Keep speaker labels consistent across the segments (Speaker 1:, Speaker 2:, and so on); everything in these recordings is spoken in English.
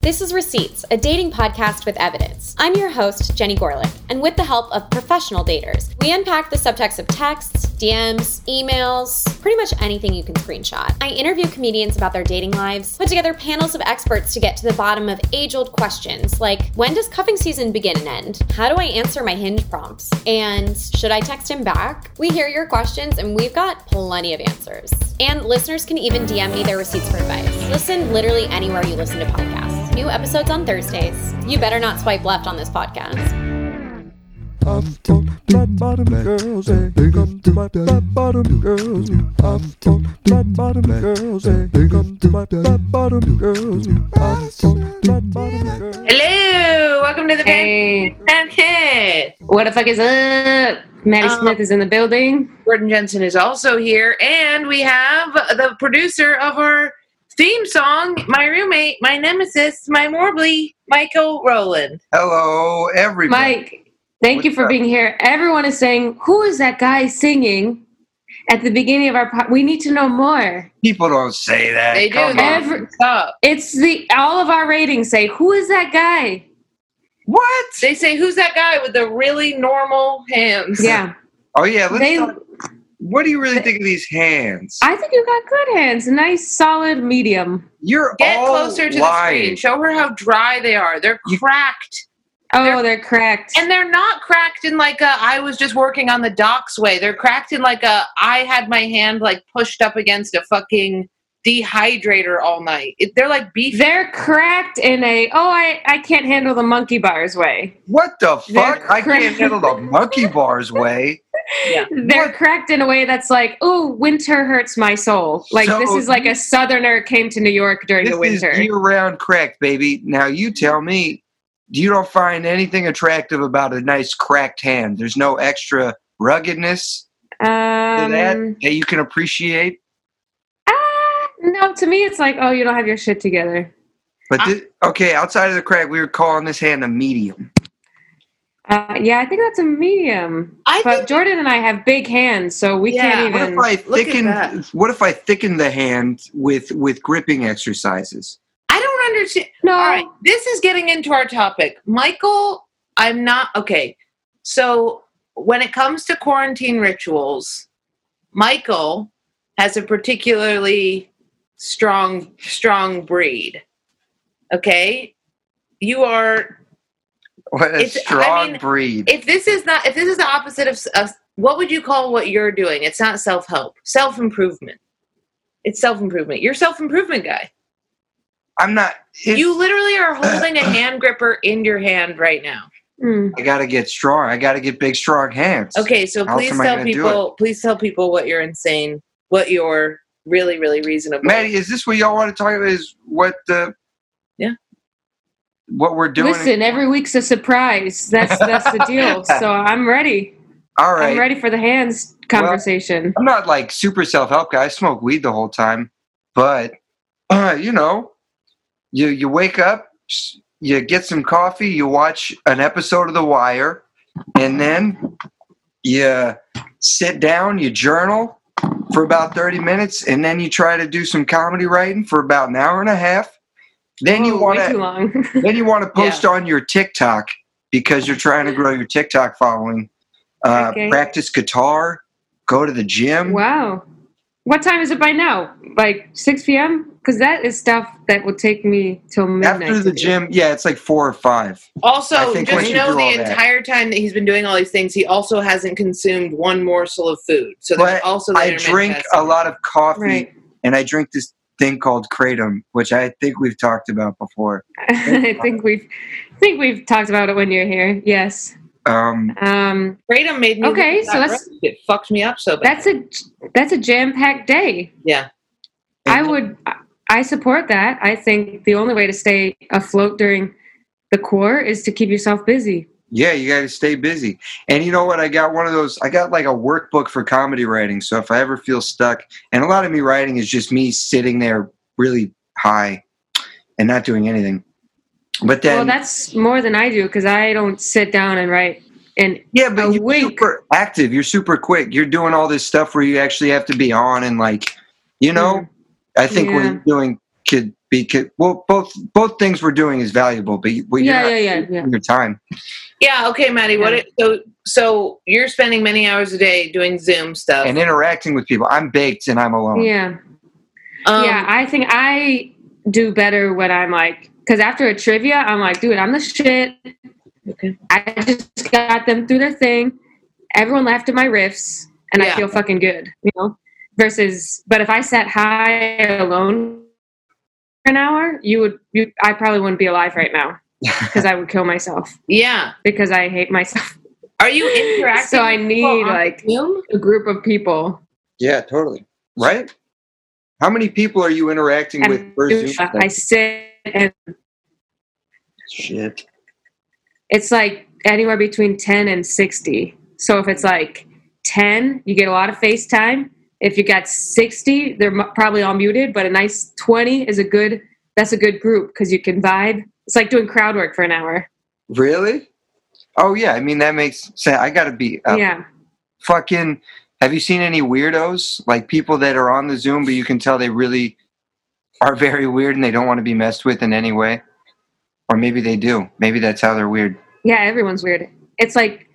Speaker 1: This is Receipts, a dating podcast with evidence. I'm your host, Jenny Gorlick, and with the help of professional daters, we unpack the subtext of texts, DMs, emails, pretty much anything you can screenshot. I interview comedians about their dating lives, put together panels of experts to get to the bottom of age old questions like when does cuffing season begin and end? How do I answer my hinge prompts? And should I text him back? We hear your questions and we've got plenty of answers. And listeners can even DM me their receipts for advice. Listen literally anywhere you listen to podcasts. New episodes on Thursdays. You better not swipe left on this podcast.
Speaker 2: I'm from flat bottom girls, eh? Come to my flat bottom girls. I'm from flat bottom girls, eh? Come to my flat bottom girls. I'm from flat bottom girls.
Speaker 3: Hello, welcome to the Um,
Speaker 4: Hey,
Speaker 3: Band Hit.
Speaker 4: what the fuck is up? Maddie
Speaker 3: Um,
Speaker 4: Smith is in the building.
Speaker 3: Gordon Jensen is also here, and we have the producer of our theme song, my roommate, my nemesis, my Morbly, Michael Rowland.
Speaker 5: Hello, everybody.
Speaker 4: Mike, thank you
Speaker 5: What's
Speaker 4: for
Speaker 5: up?
Speaker 4: being here. Everyone is saying, who is that guy singing at the beginning of our pod? We need to know more.
Speaker 5: People don't say that.
Speaker 3: They do.
Speaker 5: Come on.
Speaker 4: Every-
Speaker 3: Stop.
Speaker 4: It's the all of our ratings say, who is that guy?
Speaker 5: what?
Speaker 3: They say, "Who's that guy with the really normal hands?"
Speaker 4: Yeah,
Speaker 5: Oh yeah. Let's
Speaker 4: they.
Speaker 5: talk- what do you really think of these hands?
Speaker 4: I think you got good hands. Nice, solid medium.
Speaker 5: You're
Speaker 3: Get
Speaker 5: all
Speaker 3: closer
Speaker 5: Oh,
Speaker 3: to the screen.
Speaker 5: lying.
Speaker 3: Show her how dry they are. They're
Speaker 5: You-
Speaker 3: cracked,
Speaker 4: Oh,
Speaker 3: They're-
Speaker 4: they're, cracked.
Speaker 3: and they're not cracked in like a "I was just working on the docks" way. They're cracked in like a "I had my hand like pushed up against a fucking dehydrator all night." It, they're like beef
Speaker 4: they're cracked in a oh I, I can't handle the monkey bars way.
Speaker 5: What the fuck?
Speaker 4: They're
Speaker 5: I can't
Speaker 4: crazy.
Speaker 5: handle the monkey bars way.
Speaker 4: They're cracked in a way that's like, oh, winter hurts my soul. Like
Speaker 5: So-
Speaker 4: this is like a southerner came to New York during
Speaker 5: This
Speaker 4: the
Speaker 5: is
Speaker 4: winter.
Speaker 5: year-round crack, baby. Now you tell me. You don't find anything attractive about a nice cracked hand. There's no extra ruggedness to that
Speaker 4: um,
Speaker 5: that you can appreciate.
Speaker 4: ah, no, to me it's like, oh, you don't have your shit together.
Speaker 5: But
Speaker 3: I-
Speaker 5: thi- okay, outside of the crack, we were calling this hand a medium.
Speaker 4: Uh, yeah, I think that's a medium.
Speaker 3: I
Speaker 4: but
Speaker 3: think-
Speaker 4: Jordan and I have big hands, so we
Speaker 3: Yeah,
Speaker 4: can't
Speaker 5: What
Speaker 4: even.
Speaker 5: if I
Speaker 3: look at
Speaker 5: thicken?
Speaker 3: that.
Speaker 5: What if I thicken the hand with with gripping exercises?
Speaker 3: I don't understand.
Speaker 4: no,
Speaker 3: All right, this is getting into our topic. Michael, I'm not okay. So, when it comes to quarantine rituals, Michael has a particularly strong strong breed. Okay? You are
Speaker 5: What a
Speaker 3: It's- I
Speaker 5: strong
Speaker 3: mean,
Speaker 5: breed!
Speaker 3: if this is not if this is the opposite of, s- of what would you call what you're doing? It's not self-help. Self-improvement. It's self-improvement. You're a self-improvement guy.
Speaker 5: I'm not. it's-
Speaker 3: You literally are holding a hand gripper in your hand right now.
Speaker 4: Mm.
Speaker 5: I gotta get strong. I gotta get big, strong hands.
Speaker 3: Okay, so
Speaker 5: How else
Speaker 3: please
Speaker 5: am I
Speaker 3: tell
Speaker 5: gonna do
Speaker 3: people please tell people what you're insane, what you're really, really reasonable.
Speaker 5: Maddie, is this what y'all want to talk about? Is what the
Speaker 3: Yeah.
Speaker 5: what we're doing?
Speaker 4: Listen, every week's a surprise. That's that's the deal. So I'm ready.
Speaker 5: All right,
Speaker 4: I'm
Speaker 5: I'm,
Speaker 4: ready for the hands
Speaker 5: Well-
Speaker 4: conversation.
Speaker 5: not like super self help guy. I smoke weed the whole time, but uh, you know, you you wake up, s- you get some coffee, you watch an episode of The Wire, and then you sit down, you journal for about thirty minutes, and then you try to do some comedy writing for about an hour and a half. Then you
Speaker 4: Oh,
Speaker 5: want
Speaker 4: way
Speaker 5: to
Speaker 4: too long.
Speaker 5: then you want to post on your TikTok because you're trying to grow your TikTok following. Uh,
Speaker 4: Okay.
Speaker 5: Practice guitar, go to the gym.
Speaker 4: Wow. What time is it by now? Like 6 p.m.? Because that is stuff that will take me till midnight.
Speaker 5: After
Speaker 4: to
Speaker 5: the
Speaker 4: do.
Speaker 5: gym, yeah, it's like four or five. I
Speaker 3: also,
Speaker 5: think
Speaker 3: just
Speaker 5: once you
Speaker 3: know
Speaker 5: do all
Speaker 3: the
Speaker 5: that-
Speaker 3: entire time that he's been doing all these things, he also hasn't consumed one morsel of food. So there's
Speaker 5: But
Speaker 3: also the
Speaker 5: I
Speaker 3: intermittent
Speaker 5: drink
Speaker 3: fasting.
Speaker 5: a lot of coffee
Speaker 4: Right.
Speaker 5: and I drink this thing called kratom, which I think we've talked about before.
Speaker 4: I think we've I think we've talked about it when you're here. Yes.
Speaker 5: Um,
Speaker 4: Um,
Speaker 3: Kratom made me
Speaker 4: Okay,
Speaker 3: look at
Speaker 4: so
Speaker 3: that
Speaker 4: let's-
Speaker 3: roast. it fucked me up so bad.
Speaker 4: that's a that's a jam-packed day.
Speaker 3: yeah.
Speaker 4: I would I support that. I think the only way to stay afloat during the core is to keep yourself busy.
Speaker 5: Yeah, you got to stay busy. And you know what? I got one of those. I got like a workbook for comedy writing. So if I ever feel stuck, and a lot of me writing is just me sitting there really high and not doing anything. But
Speaker 4: well,
Speaker 5: then,
Speaker 4: that's more than I do because I don't sit down and write and
Speaker 5: yeah,
Speaker 4: a
Speaker 5: but you're
Speaker 4: week.
Speaker 5: super active. You're super quick. You're doing all this stuff where you actually have to be on and like, you know, I think
Speaker 4: Mm. Yeah.
Speaker 5: what you're doing could because well, both both things we're doing is valuable, but you- well, you're
Speaker 4: Yeah,
Speaker 5: not
Speaker 4: yeah, yeah,
Speaker 5: taking
Speaker 4: yeah.
Speaker 5: your time.
Speaker 3: Yeah. Okay, Maddie. What?
Speaker 4: Yeah.
Speaker 3: It, so, so you're spending many hours a day doing Zoom stuff.
Speaker 5: and interacting with people. I'm baked and I'm alone.
Speaker 4: yeah.
Speaker 3: um,
Speaker 4: yeah, I think I do better when I'm like, because after a trivia, I'm like, dude, I'm the shit.
Speaker 3: Okay.
Speaker 4: I just got them through their thing. Everyone laughed at my riffs, and
Speaker 3: Yeah.
Speaker 4: I feel fucking good, you know. Versus, but if I sat high alone for an hour, you would, you, I probably wouldn't be alive right now because I would kill myself
Speaker 3: yeah.
Speaker 4: because I hate myself.
Speaker 3: Are you interacting?
Speaker 4: So I
Speaker 3: with
Speaker 4: need,
Speaker 3: people on
Speaker 4: like-
Speaker 3: Zoom?
Speaker 4: A group of people.
Speaker 5: Yeah, totally. Right? How many people are you interacting
Speaker 4: and
Speaker 5: with per Zoom?
Speaker 4: I sit and
Speaker 5: Shit.
Speaker 4: it's like anywhere between 10 and 60 so if it's like 10 you get a lot of facetime if you got 60 they're mu- probably all muted but a nice 20 is a good that's a good group because you can vibe it's like doing crowd work for an hour
Speaker 5: Really? Oh yeah, I mean that makes sense. I gotta be up.
Speaker 4: yeah
Speaker 5: fucking have you seen any weirdos? Like people that are on the Zoom but you can tell they really are very weird and they don't want to be messed with in any way. Or maybe they do. Maybe that's how they're weird.
Speaker 4: yeah everyone's weird it's like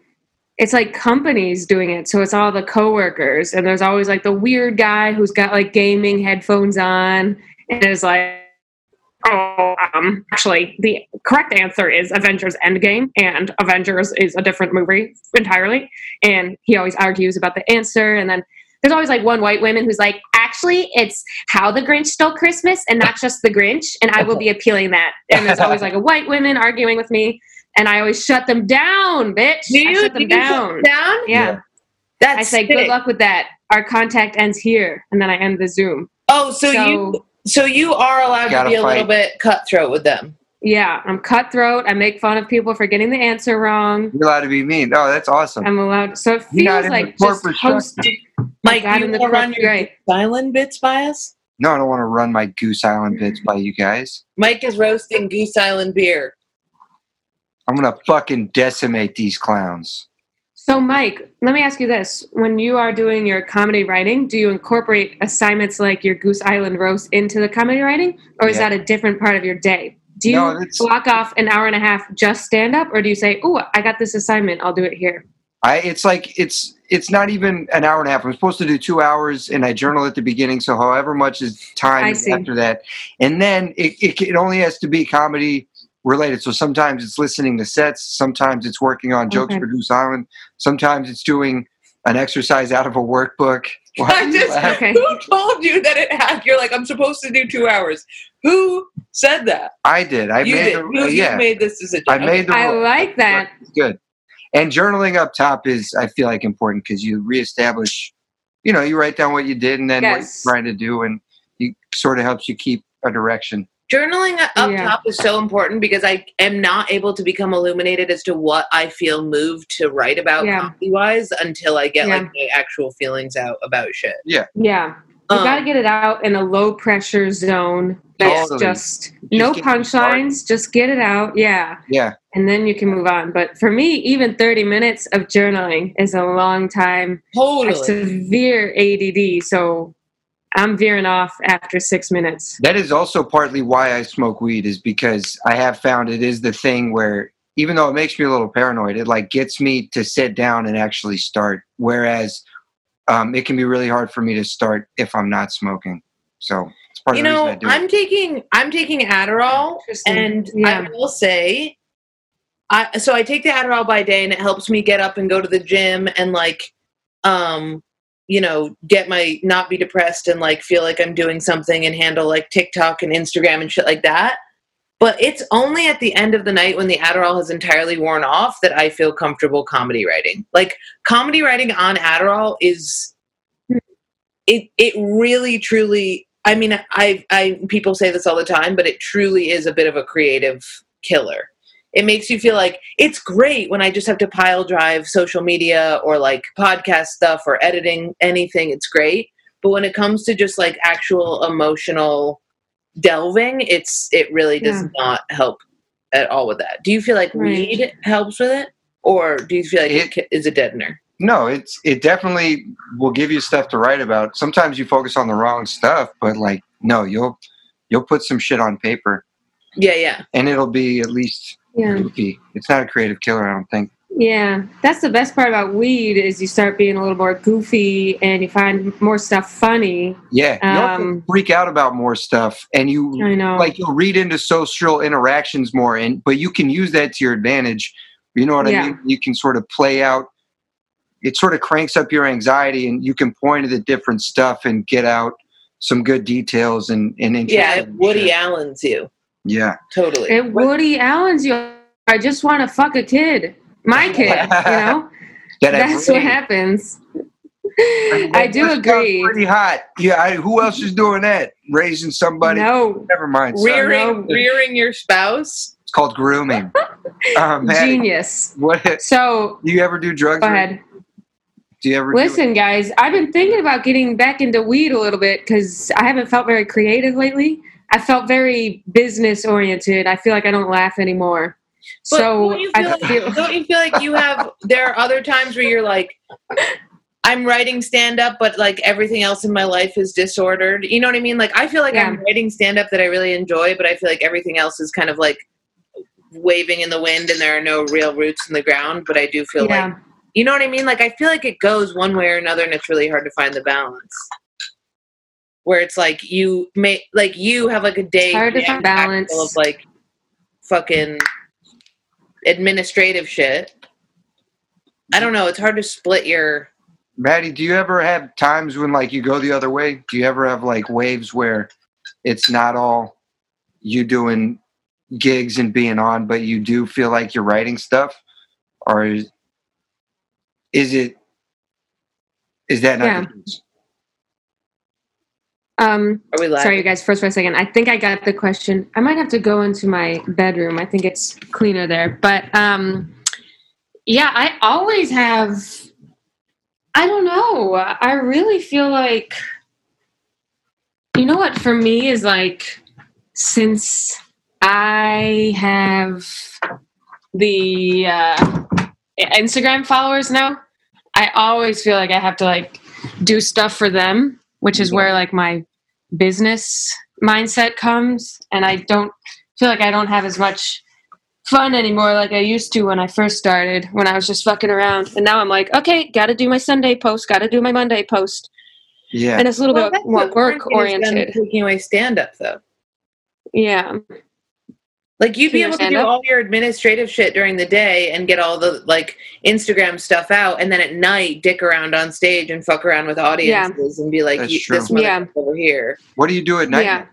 Speaker 4: it's like companies doing it so it's all the coworkers and there's always like the weird guy who's got like gaming headphones on and is like oh um actually the correct answer is avengers endgame and avengers is a different movie entirely and he always argues about the answer and then there's always like one white woman who's like actually it's how the grinch stole christmas and not just the grinch and i will be appealing that and there's always like a white woman arguing with me and i always shut them down bitch
Speaker 3: Do
Speaker 4: i
Speaker 3: you, do
Speaker 4: shut them
Speaker 3: you
Speaker 4: down
Speaker 3: shut down?
Speaker 4: yeah
Speaker 3: That's
Speaker 4: i say
Speaker 3: sick.
Speaker 4: good luck with that our contact ends here and then i end the zoom
Speaker 3: Oh, so, you so you are allowed to
Speaker 5: Gotta
Speaker 3: be a little
Speaker 5: fight.
Speaker 3: bit cutthroat with them.
Speaker 4: Yeah, I'm cutthroat. I make fun of people for getting the answer wrong.
Speaker 5: You're allowed to be mean. Oh, that's awesome.
Speaker 4: I'm allowed. So it
Speaker 5: You're not
Speaker 4: feels
Speaker 5: in
Speaker 4: like just
Speaker 5: the corporate
Speaker 4: host.
Speaker 3: Mike,
Speaker 4: got
Speaker 3: you
Speaker 4: in the
Speaker 3: want to run
Speaker 4: corporate
Speaker 3: your
Speaker 4: grade.
Speaker 3: Island bits by us?
Speaker 5: No, I don't want to run my Goose Island bits by you guys.
Speaker 3: Mike is roasting Goose Island beer.
Speaker 5: I'm gonna fucking decimate these clowns.
Speaker 4: So Mike, let me ask you this: When you are doing your comedy writing, do you incorporate assignments like your Goose Island roast into the comedy writing, or is
Speaker 5: Yeah.
Speaker 4: that a different part of your day? Do you
Speaker 5: No, it's-
Speaker 4: block off an hour and a half just stand up, or do you say, "Oh, I got this assignment. I'll do it here"?
Speaker 5: I it's like it's it's not even an hour and a half. I'm supposed to do two hours, and I journal at the beginning. So however much is time
Speaker 4: I
Speaker 5: is
Speaker 4: see.
Speaker 5: after that, and then it, it it only has to be comedy related. So sometimes it's listening to sets. Sometimes it's working on jokes
Speaker 4: Okay.
Speaker 5: for Goose Island. Sometimes it's doing an exercise out of a workbook. Why are
Speaker 3: I
Speaker 5: you
Speaker 3: just,
Speaker 5: laughing?
Speaker 4: Okay.
Speaker 3: who told you that it had? You're like, I'm supposed to do two hours. Who said that?
Speaker 5: I did. I
Speaker 3: you
Speaker 5: made
Speaker 3: did.
Speaker 5: the-
Speaker 3: you, you
Speaker 5: yeah.
Speaker 3: made this decision.
Speaker 5: I made the
Speaker 4: I
Speaker 5: rule.
Speaker 4: like that.
Speaker 5: It's good. And journaling up top is, I feel like, important because you reestablish, you know, you write down what you did and then
Speaker 4: Yes.
Speaker 5: what you're trying to do, and you sort of helps you keep a direction.
Speaker 3: journaling up
Speaker 4: Yeah.
Speaker 3: top is so important because I am not able to become illuminated as to what I feel moved to write about
Speaker 4: Yeah.
Speaker 3: comedy wise until I get
Speaker 4: Yeah.
Speaker 3: like my actual feelings out about shit.
Speaker 4: Yeah. You
Speaker 3: Um,
Speaker 4: got to get it out in a low pressure zone that's
Speaker 5: Totally.
Speaker 4: just no
Speaker 5: get it started.
Speaker 4: punchlines, just get it out. Yeah.
Speaker 5: Yeah,
Speaker 4: And then you can move on. But for me, even 30 minutes of journaling is a long time. I have
Speaker 3: totally.
Speaker 4: severe ADD, so I'm veering off after six minutes.
Speaker 5: that is also partly why I smoke weed is because I have found it is the thing where even though it makes me a little paranoid, it like gets me to sit down and actually start. Whereas um, it can be really hard for me to start if I'm not smoking. So it's part
Speaker 3: You
Speaker 5: of the
Speaker 3: know,
Speaker 5: reason I do
Speaker 3: I'm taking I'm taking Adderall
Speaker 4: Interesting.
Speaker 3: and
Speaker 4: Yeah.
Speaker 3: I will say I so I take the Adderall by day and it helps me get up and go to the gym and like um you know get my not be depressed and like feel like I'm doing something and handle like TikTok and Instagram and shit like that. But it's only at the end of the night when the Adderall has entirely worn off that I feel comfortable comedy writing. Like comedy writing on Adderall is it it really truly I mean I I people say this all the time but it truly is a bit of a creative killer. It makes you feel like it's great when I just have to pile drive social media or like podcast stuff or editing anything it's great. But when it comes to just like actual emotional delving, it's it really does
Speaker 4: Yeah.
Speaker 3: not help at all with that. Do you feel like
Speaker 4: Right.
Speaker 3: weed helps with it? Or do you feel like
Speaker 5: It-
Speaker 3: it, it is a deadener?
Speaker 5: No, it's it definitely will give you stuff to write about. Sometimes you focus on the wrong stuff, but like no, you'll You'll put some shit on paper,
Speaker 3: Yeah, yeah.
Speaker 5: and it'll be at least
Speaker 4: Yeah.
Speaker 5: goofy. It's not a creative killer, I don't think.
Speaker 4: Yeah, that's the best part about weed is you start being a little more goofy and you find more stuff funny.
Speaker 5: Yeah, you
Speaker 4: Um,
Speaker 5: don't freak out about more stuff, and you
Speaker 4: I know.
Speaker 5: like you'll read into social interactions more and but you can use that to your advantage you know what
Speaker 4: Yeah.
Speaker 5: i mean you can sort of play out it sort of cranks up your anxiety and you can point to the different stuff and get out some good details and and
Speaker 3: Yeah,
Speaker 5: interesting
Speaker 3: it Woody
Speaker 5: shit.
Speaker 3: Allen's you.
Speaker 5: yeah
Speaker 3: Totally.
Speaker 4: it Woody Allen's you. I just want to fuck a kid, my kid. you know,
Speaker 5: That I
Speaker 4: that's what
Speaker 5: agree.
Speaker 4: happens.
Speaker 5: That
Speaker 4: I do
Speaker 5: first gun's
Speaker 4: agree.
Speaker 5: pretty hot yeah I, who else is doing that raising somebody
Speaker 4: No,
Speaker 5: never mind sorry.
Speaker 3: rearing
Speaker 5: No.
Speaker 3: rearing your spouse.
Speaker 5: it's called grooming oh, man.
Speaker 4: genius.
Speaker 5: what do
Speaker 4: So
Speaker 5: you ever do drugs
Speaker 4: go
Speaker 5: or-
Speaker 4: ahead.
Speaker 5: do you ever do it?
Speaker 4: Listen, guys, I've been thinking about getting back into weed a little bit because I haven't felt very creative lately. I felt very business oriented. I feel like I don't laugh anymore.
Speaker 3: But
Speaker 4: so
Speaker 3: don't you feel
Speaker 4: I feel.
Speaker 3: like, don't you feel like you have? There are other times where you're like, I'm writing stand up, but like everything else in my life is disordered. You know what I mean? Like I feel like I'm writing stand up that I really enjoy, but I feel like everything else is kind of like waving in the wind, and there are no real roots in the ground. But I do feel like
Speaker 4: yeah,
Speaker 3: you know what I mean? Like I feel like it goes one way or another, and it's really hard to find the balance. Where it's like you may like you have like a day
Speaker 4: It's hard to
Speaker 3: jam
Speaker 4: find
Speaker 3: packed
Speaker 4: balance.
Speaker 3: full of like fucking administrative shit. I don't know. It's hard to split your.
Speaker 5: Maddie, do you ever have times when like you go the other way? Do you ever have like waves where it's not all you doing gigs and being on, but you do feel like you're writing stuff? Or is, is it is that not
Speaker 4: Yeah.
Speaker 5: the case?
Speaker 4: um,
Speaker 3: Are we live?
Speaker 4: sorry, you guys. First for a second, I think I got the question. I might have to go into my bedroom. I think it's cleaner there. But um, yeah, I always have. I don't know. I really feel like. You know what? For me is like since I have the uh, Instagram followers now, I always feel like I have to like do stuff for them, which is where like my business mindset comes, and I don't feel like I don't have as much fun anymore like I used to when I first started, when I was just fucking around, and now I'm like, okay, got to do my Sunday post, got to do my Monday post,
Speaker 5: Yeah.
Speaker 4: and it's a little
Speaker 3: Well,
Speaker 4: bit
Speaker 3: that's
Speaker 4: more
Speaker 3: what
Speaker 4: work
Speaker 3: quarantine has done
Speaker 4: oriented.
Speaker 3: to Taking away stand up though.
Speaker 4: Yeah,
Speaker 3: Like you'd
Speaker 4: Can
Speaker 3: be
Speaker 4: you
Speaker 3: able to
Speaker 4: stand
Speaker 3: do
Speaker 4: up?
Speaker 3: all your administrative shit during the day and get all the like Instagram stuff out, and then at night dick around on stage and fuck around with audiences and be like,
Speaker 5: That's
Speaker 3: "You-
Speaker 5: true.
Speaker 3: "This one
Speaker 4: Yeah.
Speaker 3: over here."
Speaker 5: what do you do at night?
Speaker 4: yeah.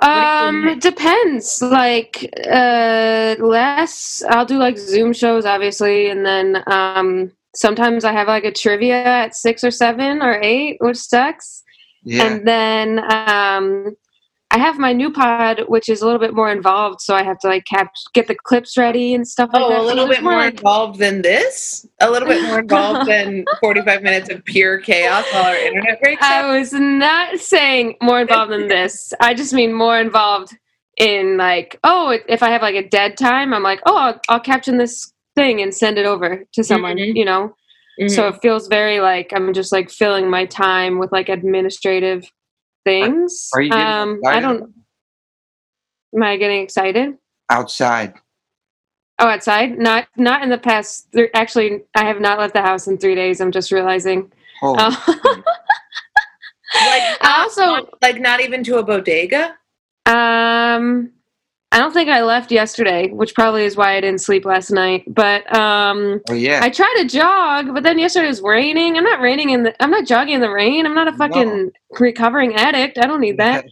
Speaker 3: do you
Speaker 4: Um, it depends. Like, uh, less I'll do like Zoom shows, obviously, and then um, sometimes I have like a trivia at six or seven or eight, which sucks.
Speaker 5: Yeah.
Speaker 4: And then um, I have my new pod, which is a little bit more involved, so I have to like cap- get the clips ready and stuff like that.
Speaker 3: oh, a
Speaker 4: So
Speaker 3: little
Speaker 4: it's
Speaker 3: bit more
Speaker 4: like-
Speaker 3: involved than this. A little bit more involved than forty-five minutes of pure chaos while our internet breaks. up?
Speaker 4: I was not saying more involved than this. I just mean more involved in like, oh, if- if I have like a dead time, I'm like, oh, I'll, I'll caption this thing and send it over to someone,
Speaker 5: Mm-hmm.
Speaker 3: Mhm.
Speaker 4: you know? So it feels very like I'm just like filling my time with like administrative things.
Speaker 5: Are you getting
Speaker 4: um, I
Speaker 5: excited?
Speaker 4: don't. Am I getting excited?
Speaker 5: Outside.
Speaker 4: Oh, outside? Not not in the past. Th- actually, I have not left the house in three days. I'm just realizing.
Speaker 5: Oh,
Speaker 4: Uh,
Speaker 3: like,
Speaker 4: I also
Speaker 3: like not even to a bodega.
Speaker 4: Uh, Um, I don't think I left yesterday, which probably is why I didn't sleep last night. But um,
Speaker 5: oh, yeah.
Speaker 4: I tried to jog, but then yesterday it was raining. I'm not raining in the. I'm not jogging in the rain. I'm not a fucking recovering addict. I don't need that.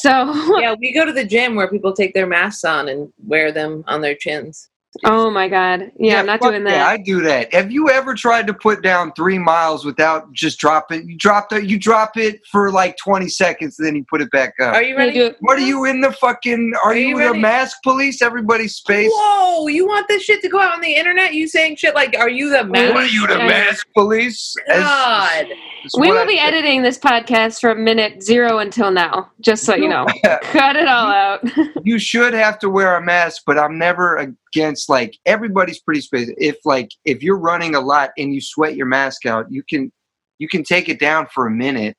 Speaker 4: So,
Speaker 3: yeah, we go to the gym where people take their masks on and wear them on their chins.
Speaker 4: oh my god, yeah, I'm not
Speaker 5: fuck
Speaker 4: doing
Speaker 5: Yeah, I
Speaker 4: that.
Speaker 5: do that. Have you ever tried to put down three miles without just dropping? You drop the, You drop it for like twenty seconds, then you put it back up.
Speaker 3: Are you
Speaker 4: They
Speaker 3: ready?
Speaker 4: do-
Speaker 5: what are you in the fucking? Are,
Speaker 3: Are
Speaker 5: you,
Speaker 3: you
Speaker 5: the
Speaker 3: ready?
Speaker 5: mask police? Everybody's space.
Speaker 3: Whoa, you want this shit to go out on the internet? You saying shit like, are you the
Speaker 5: What
Speaker 3: mask?
Speaker 5: are you the
Speaker 4: Yeah.
Speaker 5: mask police? That's-
Speaker 3: God.
Speaker 5: that's
Speaker 4: we
Speaker 5: what
Speaker 4: will
Speaker 5: I
Speaker 4: be
Speaker 5: said.
Speaker 4: editing this podcast from minute zero until now, just so you know. Cut it all out.
Speaker 5: You should have to wear a mask, but I'm never against like everybody's pretty space. If like if you're running a lot and you sweat your mask out, you can you can take it down for a minute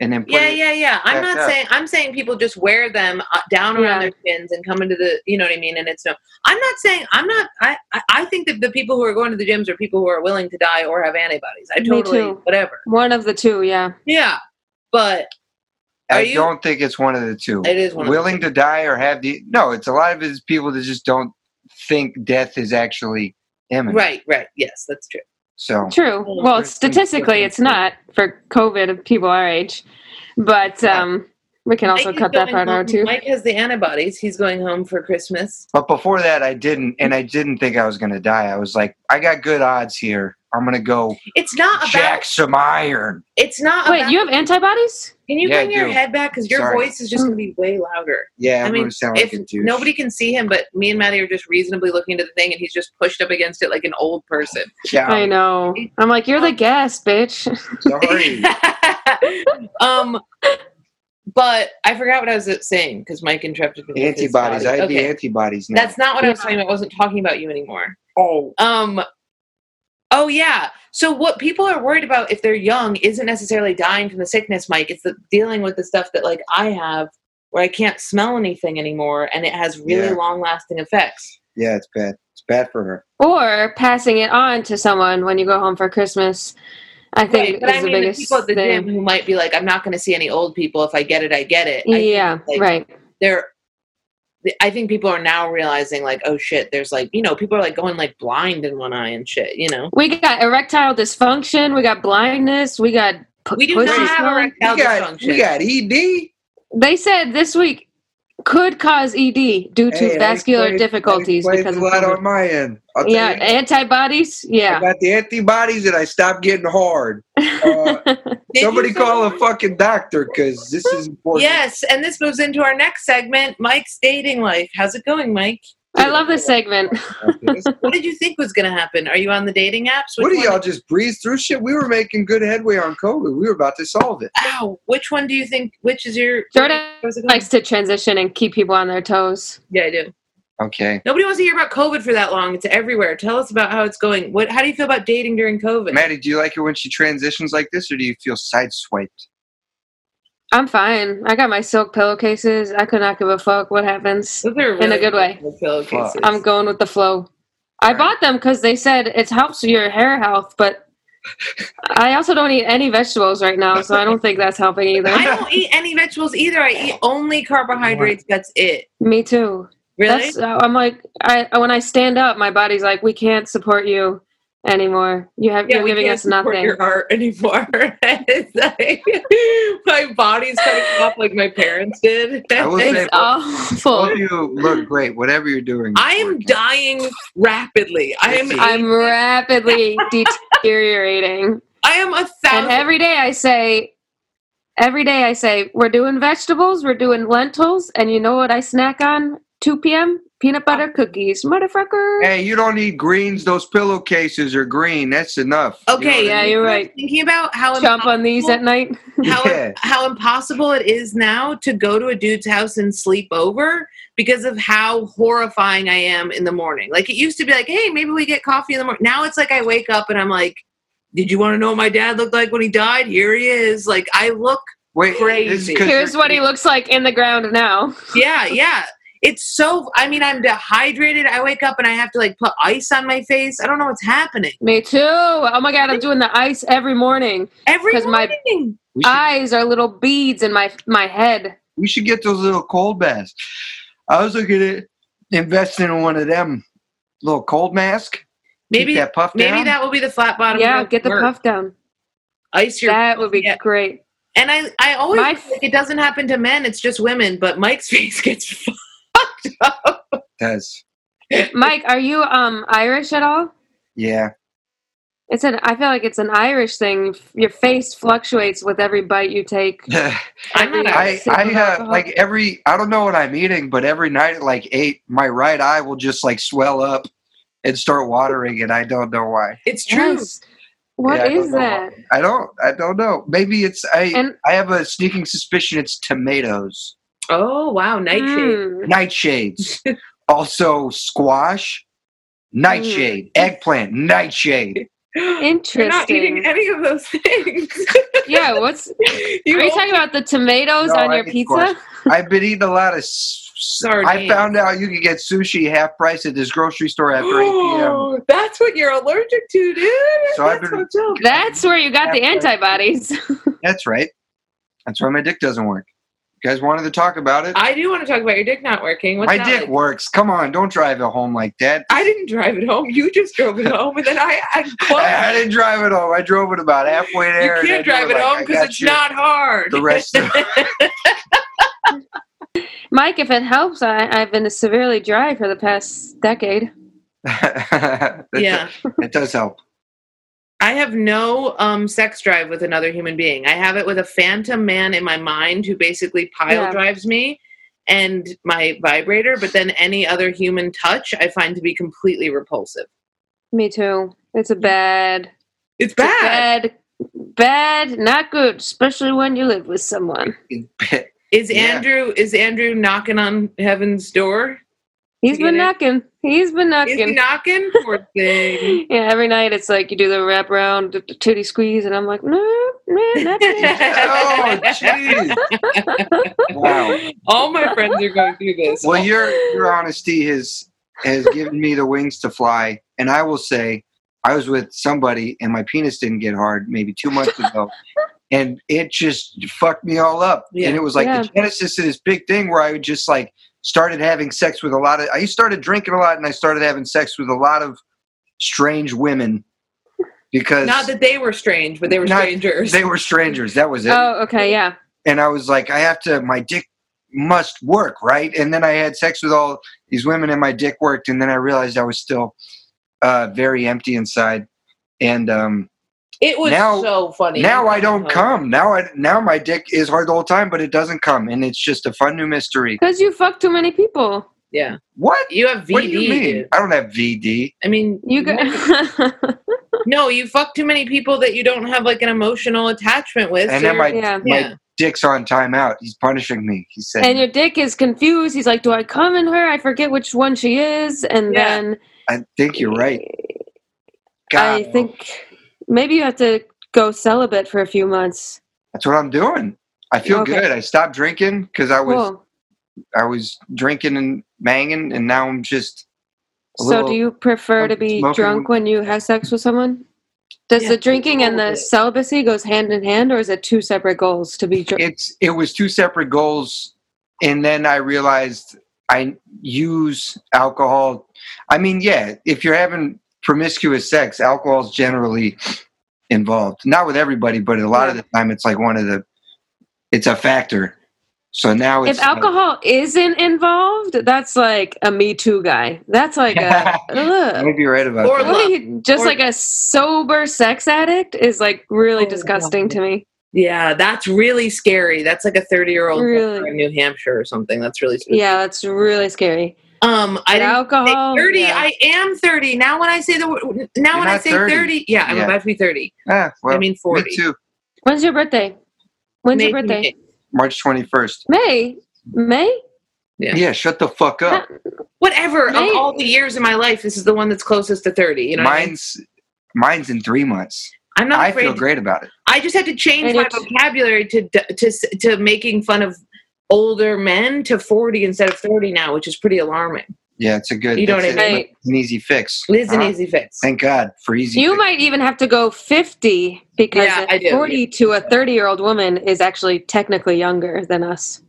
Speaker 5: and then put
Speaker 3: yeah,
Speaker 5: it,
Speaker 3: yeah, yeah. I'm
Speaker 5: back
Speaker 3: not
Speaker 5: up.
Speaker 3: saying I'm saying people just wear them uh, down around
Speaker 4: Yeah.
Speaker 3: their chins and come into the. You know what I mean? And it's no. I'm not saying I'm not. I I- I think that the people who are going to the gyms are people who are willing to die or have antibodies. I
Speaker 4: Me
Speaker 3: totally
Speaker 4: too.
Speaker 3: whatever.
Speaker 4: One of the two, yeah.
Speaker 3: Yeah, but
Speaker 5: I
Speaker 3: Are you-
Speaker 5: don't think it's one of the two.
Speaker 3: it is one of the
Speaker 5: Willing to die or have the no. It's a lot of it is people that just don't think death is actually imminent.
Speaker 3: right, right. Yes, that's true.
Speaker 5: So
Speaker 4: True.
Speaker 3: Oh,
Speaker 4: Well,
Speaker 5: great.
Speaker 4: statistically, it's not for COVID of people our age, but um, we can also
Speaker 3: Mike is
Speaker 4: cut that
Speaker 3: going
Speaker 4: part out
Speaker 3: home-
Speaker 4: too.
Speaker 3: Mike has the antibodies. He's going home for Christmas.
Speaker 5: But before that, I didn't, and I didn't think I was going to die. I was like, I got good odds here. I'm going to go
Speaker 3: It's not about.
Speaker 5: jack some iron.
Speaker 3: It's not.
Speaker 4: Wait,
Speaker 3: about,
Speaker 4: you have antibodies?
Speaker 3: can you
Speaker 5: Yeah, I
Speaker 3: bring your
Speaker 5: do.
Speaker 3: head back? Because your
Speaker 5: Sorry.
Speaker 3: voice is just going to be way louder.
Speaker 5: Yeah,
Speaker 3: I
Speaker 5: I'm
Speaker 3: mean,
Speaker 5: going to sound
Speaker 3: if
Speaker 5: like a douche.
Speaker 3: nobody can see him, but me and Maddie are just reasonably looking to the thing, and he's just pushed up against it like an old person.
Speaker 5: Yeah,
Speaker 4: I know. I'm like, you're the guest, bitch.
Speaker 5: sorry.
Speaker 3: um, but I forgot what I was saying because Mike interrupted me. with his
Speaker 5: antibodies. I
Speaker 3: body.
Speaker 5: have the
Speaker 3: Okay.
Speaker 5: antibodies now.
Speaker 3: That's not what I was talking about. I wasn't talking about you anymore.
Speaker 5: oh,
Speaker 3: Um Oh yeah. So what people are worried about if they're young isn't necessarily dying from the sickness, Mike. It's the dealing with the stuff that like I have where I can't smell anything anymore and it has really
Speaker 5: Yeah.
Speaker 3: long lasting effects.
Speaker 5: yeah, it's bad. It's bad for her.
Speaker 4: or passing it on to someone when you go home for Christmas. I think
Speaker 3: Right, But
Speaker 4: is
Speaker 3: I
Speaker 4: the
Speaker 3: mean the
Speaker 4: biggest
Speaker 3: people at the
Speaker 4: thing.
Speaker 3: gym who might be like, I'm not gonna see any old people. If I get it, I get it. I think,
Speaker 4: yeah,
Speaker 3: like,
Speaker 4: right.
Speaker 3: They're I think people are now realizing like, oh shit, there's like you know, people are like going like blind in one eye and shit, you know.
Speaker 4: We got erectile dysfunction. We got blindness. We got p-
Speaker 3: We do
Speaker 4: pussy
Speaker 3: not have
Speaker 4: smelling.
Speaker 5: We
Speaker 3: erectile
Speaker 5: got,
Speaker 3: dysfunction.
Speaker 5: we got E ED.
Speaker 4: They said this week could cause ED due to
Speaker 5: Hey, I
Speaker 4: vascular
Speaker 5: explained- I
Speaker 4: difficulties
Speaker 5: explained
Speaker 4: because
Speaker 5: a
Speaker 4: of
Speaker 5: lot
Speaker 4: COVID.
Speaker 5: on my end. I'll
Speaker 4: yeah,
Speaker 5: tell you,
Speaker 4: antibodies.
Speaker 5: I
Speaker 4: Yeah.
Speaker 5: got the antibodies and I stopped getting hard. Uh,
Speaker 3: Did you
Speaker 5: somebody
Speaker 3: say-
Speaker 5: call a fucking doctor because this is important.
Speaker 3: Yes, and this moves into our next segment, Mike's dating life. How's it going, Mike?
Speaker 4: I love this segment.
Speaker 3: What did you think was going to happen? Are you on the dating apps?
Speaker 5: what do
Speaker 3: Which
Speaker 5: y'all
Speaker 3: one-
Speaker 5: just breeze through shit? We were making good headway on COVID. We were about to solve it.
Speaker 3: Ow, which one do you think? Which is your?
Speaker 4: Jordan
Speaker 3: How's it going?
Speaker 4: likes to transition and keep people on their toes.
Speaker 3: Yeah, I do.
Speaker 5: Okay.
Speaker 3: Nobody wants to hear about COVID for that long. It's everywhere. Tell us about how it's going. What? How do you feel about dating during COVID?
Speaker 5: Maddie, do you like it when she transitions like this or do you feel sideswiped?
Speaker 4: I'm fine. I got my silk pillowcases. I could not give a fuck what happens.
Speaker 3: Those are
Speaker 4: In a good way.
Speaker 3: good pillowcases.
Speaker 4: I'm going with the flow. I
Speaker 5: Right.
Speaker 4: bought them because they said it helps your hair health, but I also don't eat any vegetables right now, so I don't think that's helping
Speaker 3: I
Speaker 4: either.
Speaker 3: don't eat any vegetables either. I eat only carbohydrates. That's it.
Speaker 4: Me too.
Speaker 3: Really?
Speaker 4: That's, uh, I'm like, I when I stand up, my body's like, we can't support you anymore. You have you're
Speaker 3: we
Speaker 4: giving
Speaker 3: can't
Speaker 4: us
Speaker 3: support
Speaker 4: nothing.
Speaker 3: Your art anymore. It's like, my body's coming off like my parents did.
Speaker 5: I will
Speaker 4: It's
Speaker 5: say- Both
Speaker 4: awful.
Speaker 5: of you look great. Whatever you're doing.
Speaker 3: I am
Speaker 5: done.
Speaker 3: dying rapidly. I am.
Speaker 4: I'm rapidly deteriorating.
Speaker 3: I am a
Speaker 4: And
Speaker 3: thousand.
Speaker 4: every day I say, every day I say, we're doing vegetables, we're doing lentils, and you know what I snack on? 2 p.m. peanut
Speaker 3: Oh.
Speaker 4: butter cookies, motherfucker.
Speaker 5: Hey, you don't need greens. Those pillowcases are green. That's enough. You know what I
Speaker 3: okay.
Speaker 4: yeah,
Speaker 5: mean?
Speaker 3: I
Speaker 4: you're
Speaker 3: was
Speaker 4: right.
Speaker 3: Thinking about how
Speaker 4: Chomp on these at
Speaker 3: impossible-
Speaker 4: night.
Speaker 3: how,
Speaker 5: Yeah.
Speaker 3: how impossible it is now to go to a dude's house and sleep over because of how horrifying I am in the morning. Like it used to be like, hey, maybe we get coffee in the morning. Now it's like I wake up and I'm like, did you want to know what my dad looked like when he died? Here he is. Like I look
Speaker 5: Wait,
Speaker 3: Crazy.
Speaker 5: this is 'cause
Speaker 4: Here's
Speaker 5: you're-
Speaker 4: what he looks like in the ground now.
Speaker 3: yeah yeah it's so i mean i'm dehydrated i wake up and i have to like put ice on my face i don't know what's happening
Speaker 4: Me too. Oh my god, I'm doing the ice every morning.
Speaker 3: every
Speaker 4: 'Cause my-
Speaker 3: morning
Speaker 5: We should,
Speaker 4: Eyes are little beads in my my head.
Speaker 5: we should get those little cold baths. I was looking at investing in one of them little cold mask. Keep
Speaker 3: maybe
Speaker 5: that puff
Speaker 3: maybe
Speaker 5: down.
Speaker 3: that will be the flat bottom
Speaker 4: Yeah,
Speaker 3: girl's
Speaker 4: get the
Speaker 3: work.
Speaker 4: puff down.
Speaker 3: ice your
Speaker 4: That would be
Speaker 3: yeah.
Speaker 4: great.
Speaker 3: and i i always
Speaker 4: My-
Speaker 3: think it doesn't happen to men it's just women but mike's face gets fucked up
Speaker 5: does.
Speaker 4: Mike, are you um Irish at all?
Speaker 5: Yeah.
Speaker 4: It's an. I feel like it's an Irish thing. Your face fluctuates with every bite you take.
Speaker 3: i'm not
Speaker 5: I,
Speaker 4: Sip
Speaker 5: I
Speaker 4: of
Speaker 5: have
Speaker 4: alcohol.
Speaker 5: like every I don't know what I'm eating, but every night at like eight, my right eye will just like swell up and start watering, and I don't know why.
Speaker 3: it's true
Speaker 4: Yes. What
Speaker 5: Yeah, I don't
Speaker 4: is
Speaker 5: know
Speaker 4: that?
Speaker 5: I don't I don't know. Maybe it's I
Speaker 4: And-
Speaker 5: I have a sneaking suspicion it's tomatoes,
Speaker 3: oh wow nightshade
Speaker 4: Mm.
Speaker 5: nightshades,
Speaker 3: Mm.
Speaker 5: also squash, nightshade, eggplant, nightshade.
Speaker 3: You're not eating
Speaker 4: Mm, Interesting.
Speaker 3: any of those things.
Speaker 4: Yeah, what's
Speaker 3: You
Speaker 4: are you
Speaker 3: all-
Speaker 4: talking about the tomatoes
Speaker 5: No,
Speaker 4: on
Speaker 5: I
Speaker 4: your
Speaker 5: eat
Speaker 4: pizza?
Speaker 5: squash. I've been eating a lot of. s- s- I
Speaker 3: Sardines.
Speaker 5: found out you could get sushi half price at this grocery store after 8 p.m.
Speaker 3: That's what you're allergic to, dude.
Speaker 5: So I've
Speaker 3: That's
Speaker 5: been-
Speaker 3: what's up.
Speaker 4: That's where you got the
Speaker 5: Yeah, but-
Speaker 4: antibodies.
Speaker 5: That's right. That's why my dick doesn't work. You guys wanted to talk about it?
Speaker 3: I do want to talk about your dick not working. What's
Speaker 5: my
Speaker 3: that
Speaker 5: dick
Speaker 3: like?
Speaker 5: works. Come on, don't drive it home like that.
Speaker 3: I didn't drive it home. You just drove it home, and then I, I
Speaker 5: I, I
Speaker 3: closed.
Speaker 5: didn't drive it home. I drove it about halfway there.
Speaker 3: You
Speaker 5: and I
Speaker 3: can't drive
Speaker 5: drove
Speaker 3: it
Speaker 5: like,
Speaker 3: home
Speaker 5: I
Speaker 3: because
Speaker 5: got
Speaker 3: it's
Speaker 5: you
Speaker 3: not hard.
Speaker 5: The rest of
Speaker 4: Mike, if it helps, I, I've been severely dry for the past decade.
Speaker 5: That do-
Speaker 3: yeah,
Speaker 5: That does help.
Speaker 3: I have no um, sex drive with another human being. I have it with a phantom man in my mind who basically pile
Speaker 4: Yeah.
Speaker 3: drives me and my vibrator. But then any other human touch, I find to be completely repulsive.
Speaker 4: Me too. It's a bad,
Speaker 3: It's
Speaker 4: it's a
Speaker 3: bad.
Speaker 4: bad, bad, not good, especially when you live with someone.
Speaker 3: Is
Speaker 5: Yeah.
Speaker 3: Andrew is Andrew knocking on heaven's door?
Speaker 4: He's
Speaker 3: Get
Speaker 4: been
Speaker 3: it?
Speaker 4: knocking. He's been
Speaker 3: Is he
Speaker 4: knocking.
Speaker 3: knocking? Poor thing.
Speaker 4: Yeah, every night it's like you do the wraparound t- t- titty squeeze, and I'm like, no, no, not today."
Speaker 5: oh, jeez. Wow.
Speaker 3: All my friends are going through this.
Speaker 5: Well, your your honesty has has given me the wings to fly, and I will say, I was with somebody, and my penis didn't get hard maybe two months ago, and it just fucked me all up.
Speaker 3: Yeah.
Speaker 5: And it was like
Speaker 4: Yeah.
Speaker 5: the genesis of this big thing where I would just like started having sex with a lot of. I started drinking a lot, and I started having sex with a lot of strange women because
Speaker 3: not that they were strange, but they were
Speaker 5: Not-
Speaker 3: strangers.
Speaker 5: they were strangers. That was it
Speaker 4: oh, okay, yeah.
Speaker 5: and I was like, I have to, my dick must work, right? And then I had sex with all these women, and my dick worked. And then I realized I was still uh, very empty inside. And um,
Speaker 3: it was
Speaker 5: Now-
Speaker 3: so funny. Oh.
Speaker 5: now I don't come. Now I now my dick is hard the whole time, but it doesn't come, and it's just a fun new mystery.
Speaker 4: Because you fuck too many people.
Speaker 3: Yeah,
Speaker 5: What?
Speaker 3: you have VD.
Speaker 5: what do you mean?
Speaker 3: dude.
Speaker 5: I don't have VD.
Speaker 3: I mean,
Speaker 4: You go-
Speaker 3: no, you fuck too many people that you don't have like an emotional attachment with.
Speaker 5: And
Speaker 3: so
Speaker 5: then
Speaker 3: you're-
Speaker 5: my
Speaker 4: yeah.
Speaker 5: my
Speaker 3: yeah.
Speaker 5: dick's on timeout. He's punishing me. He said,
Speaker 4: And your dick is confused. He's like, do I come in her? I forget which one she is. And
Speaker 3: Yeah.
Speaker 4: then
Speaker 5: I think you're right. God,
Speaker 4: I think maybe you have to go celibate for a few months.
Speaker 5: that's what I'm doing. I feel
Speaker 4: Okay.
Speaker 5: good. I stopped drinking because I was
Speaker 4: Cool.
Speaker 5: I was drinking and banging, and now I'm just. a
Speaker 4: So
Speaker 5: little-
Speaker 4: do you prefer to be
Speaker 5: smoking
Speaker 4: drunk when you have sex with someone? Does
Speaker 3: Yeah,
Speaker 4: the drinking and the
Speaker 3: celibate.
Speaker 4: celibacy goes hand in hand, or is it two separate goals to be drunk?
Speaker 5: It's it was two separate goals, and then I realized I use alcohol. I mean, yeah, if you're having promiscuous sex, alcohol's generally involved. Not with everybody, but a lot of the time, it's like one of the. It's a factor. So now it's uh,
Speaker 4: if alcohol isn't involved, that's like a Me Too guy. That's like a
Speaker 5: Like,
Speaker 4: ugh.
Speaker 5: maybe you're right about
Speaker 3: Or
Speaker 5: that.
Speaker 3: look-
Speaker 4: Really, just
Speaker 3: Or-
Speaker 4: like a sober sex addict is like really
Speaker 3: Oh,
Speaker 4: disgusting
Speaker 3: God.
Speaker 4: to me.
Speaker 3: yeah, that's really scary. That's like a thirty-year-old
Speaker 4: Really.
Speaker 3: in New Hampshire or something. That's really spooky.
Speaker 4: Yeah, that's really scary.
Speaker 3: Um, I
Speaker 4: But
Speaker 3: didn't
Speaker 4: alcohol,
Speaker 3: say 30
Speaker 4: yeah.
Speaker 3: i am 30 now when i say the word now
Speaker 5: You're
Speaker 3: when i
Speaker 5: not
Speaker 3: say
Speaker 5: 30.
Speaker 3: 30, yeah i'm
Speaker 5: Yeah.
Speaker 3: about to be 30
Speaker 5: Ah, well,
Speaker 3: i mean 40
Speaker 5: me too.
Speaker 4: When's your birthday? When's your
Speaker 3: Maybe-
Speaker 4: birthday?
Speaker 5: March twenty first.
Speaker 4: May. May.
Speaker 3: Yeah.
Speaker 5: Yeah, shut the fuck up.
Speaker 3: whatever
Speaker 4: Maybe.
Speaker 3: of all the years in my life this is the one that's closest to 30 you know what I mean?
Speaker 5: mine's mine's in three months.
Speaker 3: i'm not
Speaker 5: I
Speaker 3: afraid
Speaker 5: feel great about it.
Speaker 3: i just had to change
Speaker 4: And
Speaker 3: my
Speaker 4: it's-
Speaker 3: vocabulary to, to to making fun of older men to 40 instead of 30 now which is pretty alarming
Speaker 5: Yeah, it's a good.
Speaker 3: You know
Speaker 5: that's
Speaker 3: what I
Speaker 5: it.
Speaker 4: mean? Right.
Speaker 5: It's An easy fix.
Speaker 3: it is an
Speaker 5: Uh-huh.
Speaker 3: easy fix
Speaker 5: Thank God for easy.
Speaker 4: You
Speaker 5: fix.
Speaker 4: might even have to go fifty because
Speaker 3: Yeah,
Speaker 4: a
Speaker 3: I do.
Speaker 4: forty to a thirty-year-old woman is actually technically younger than us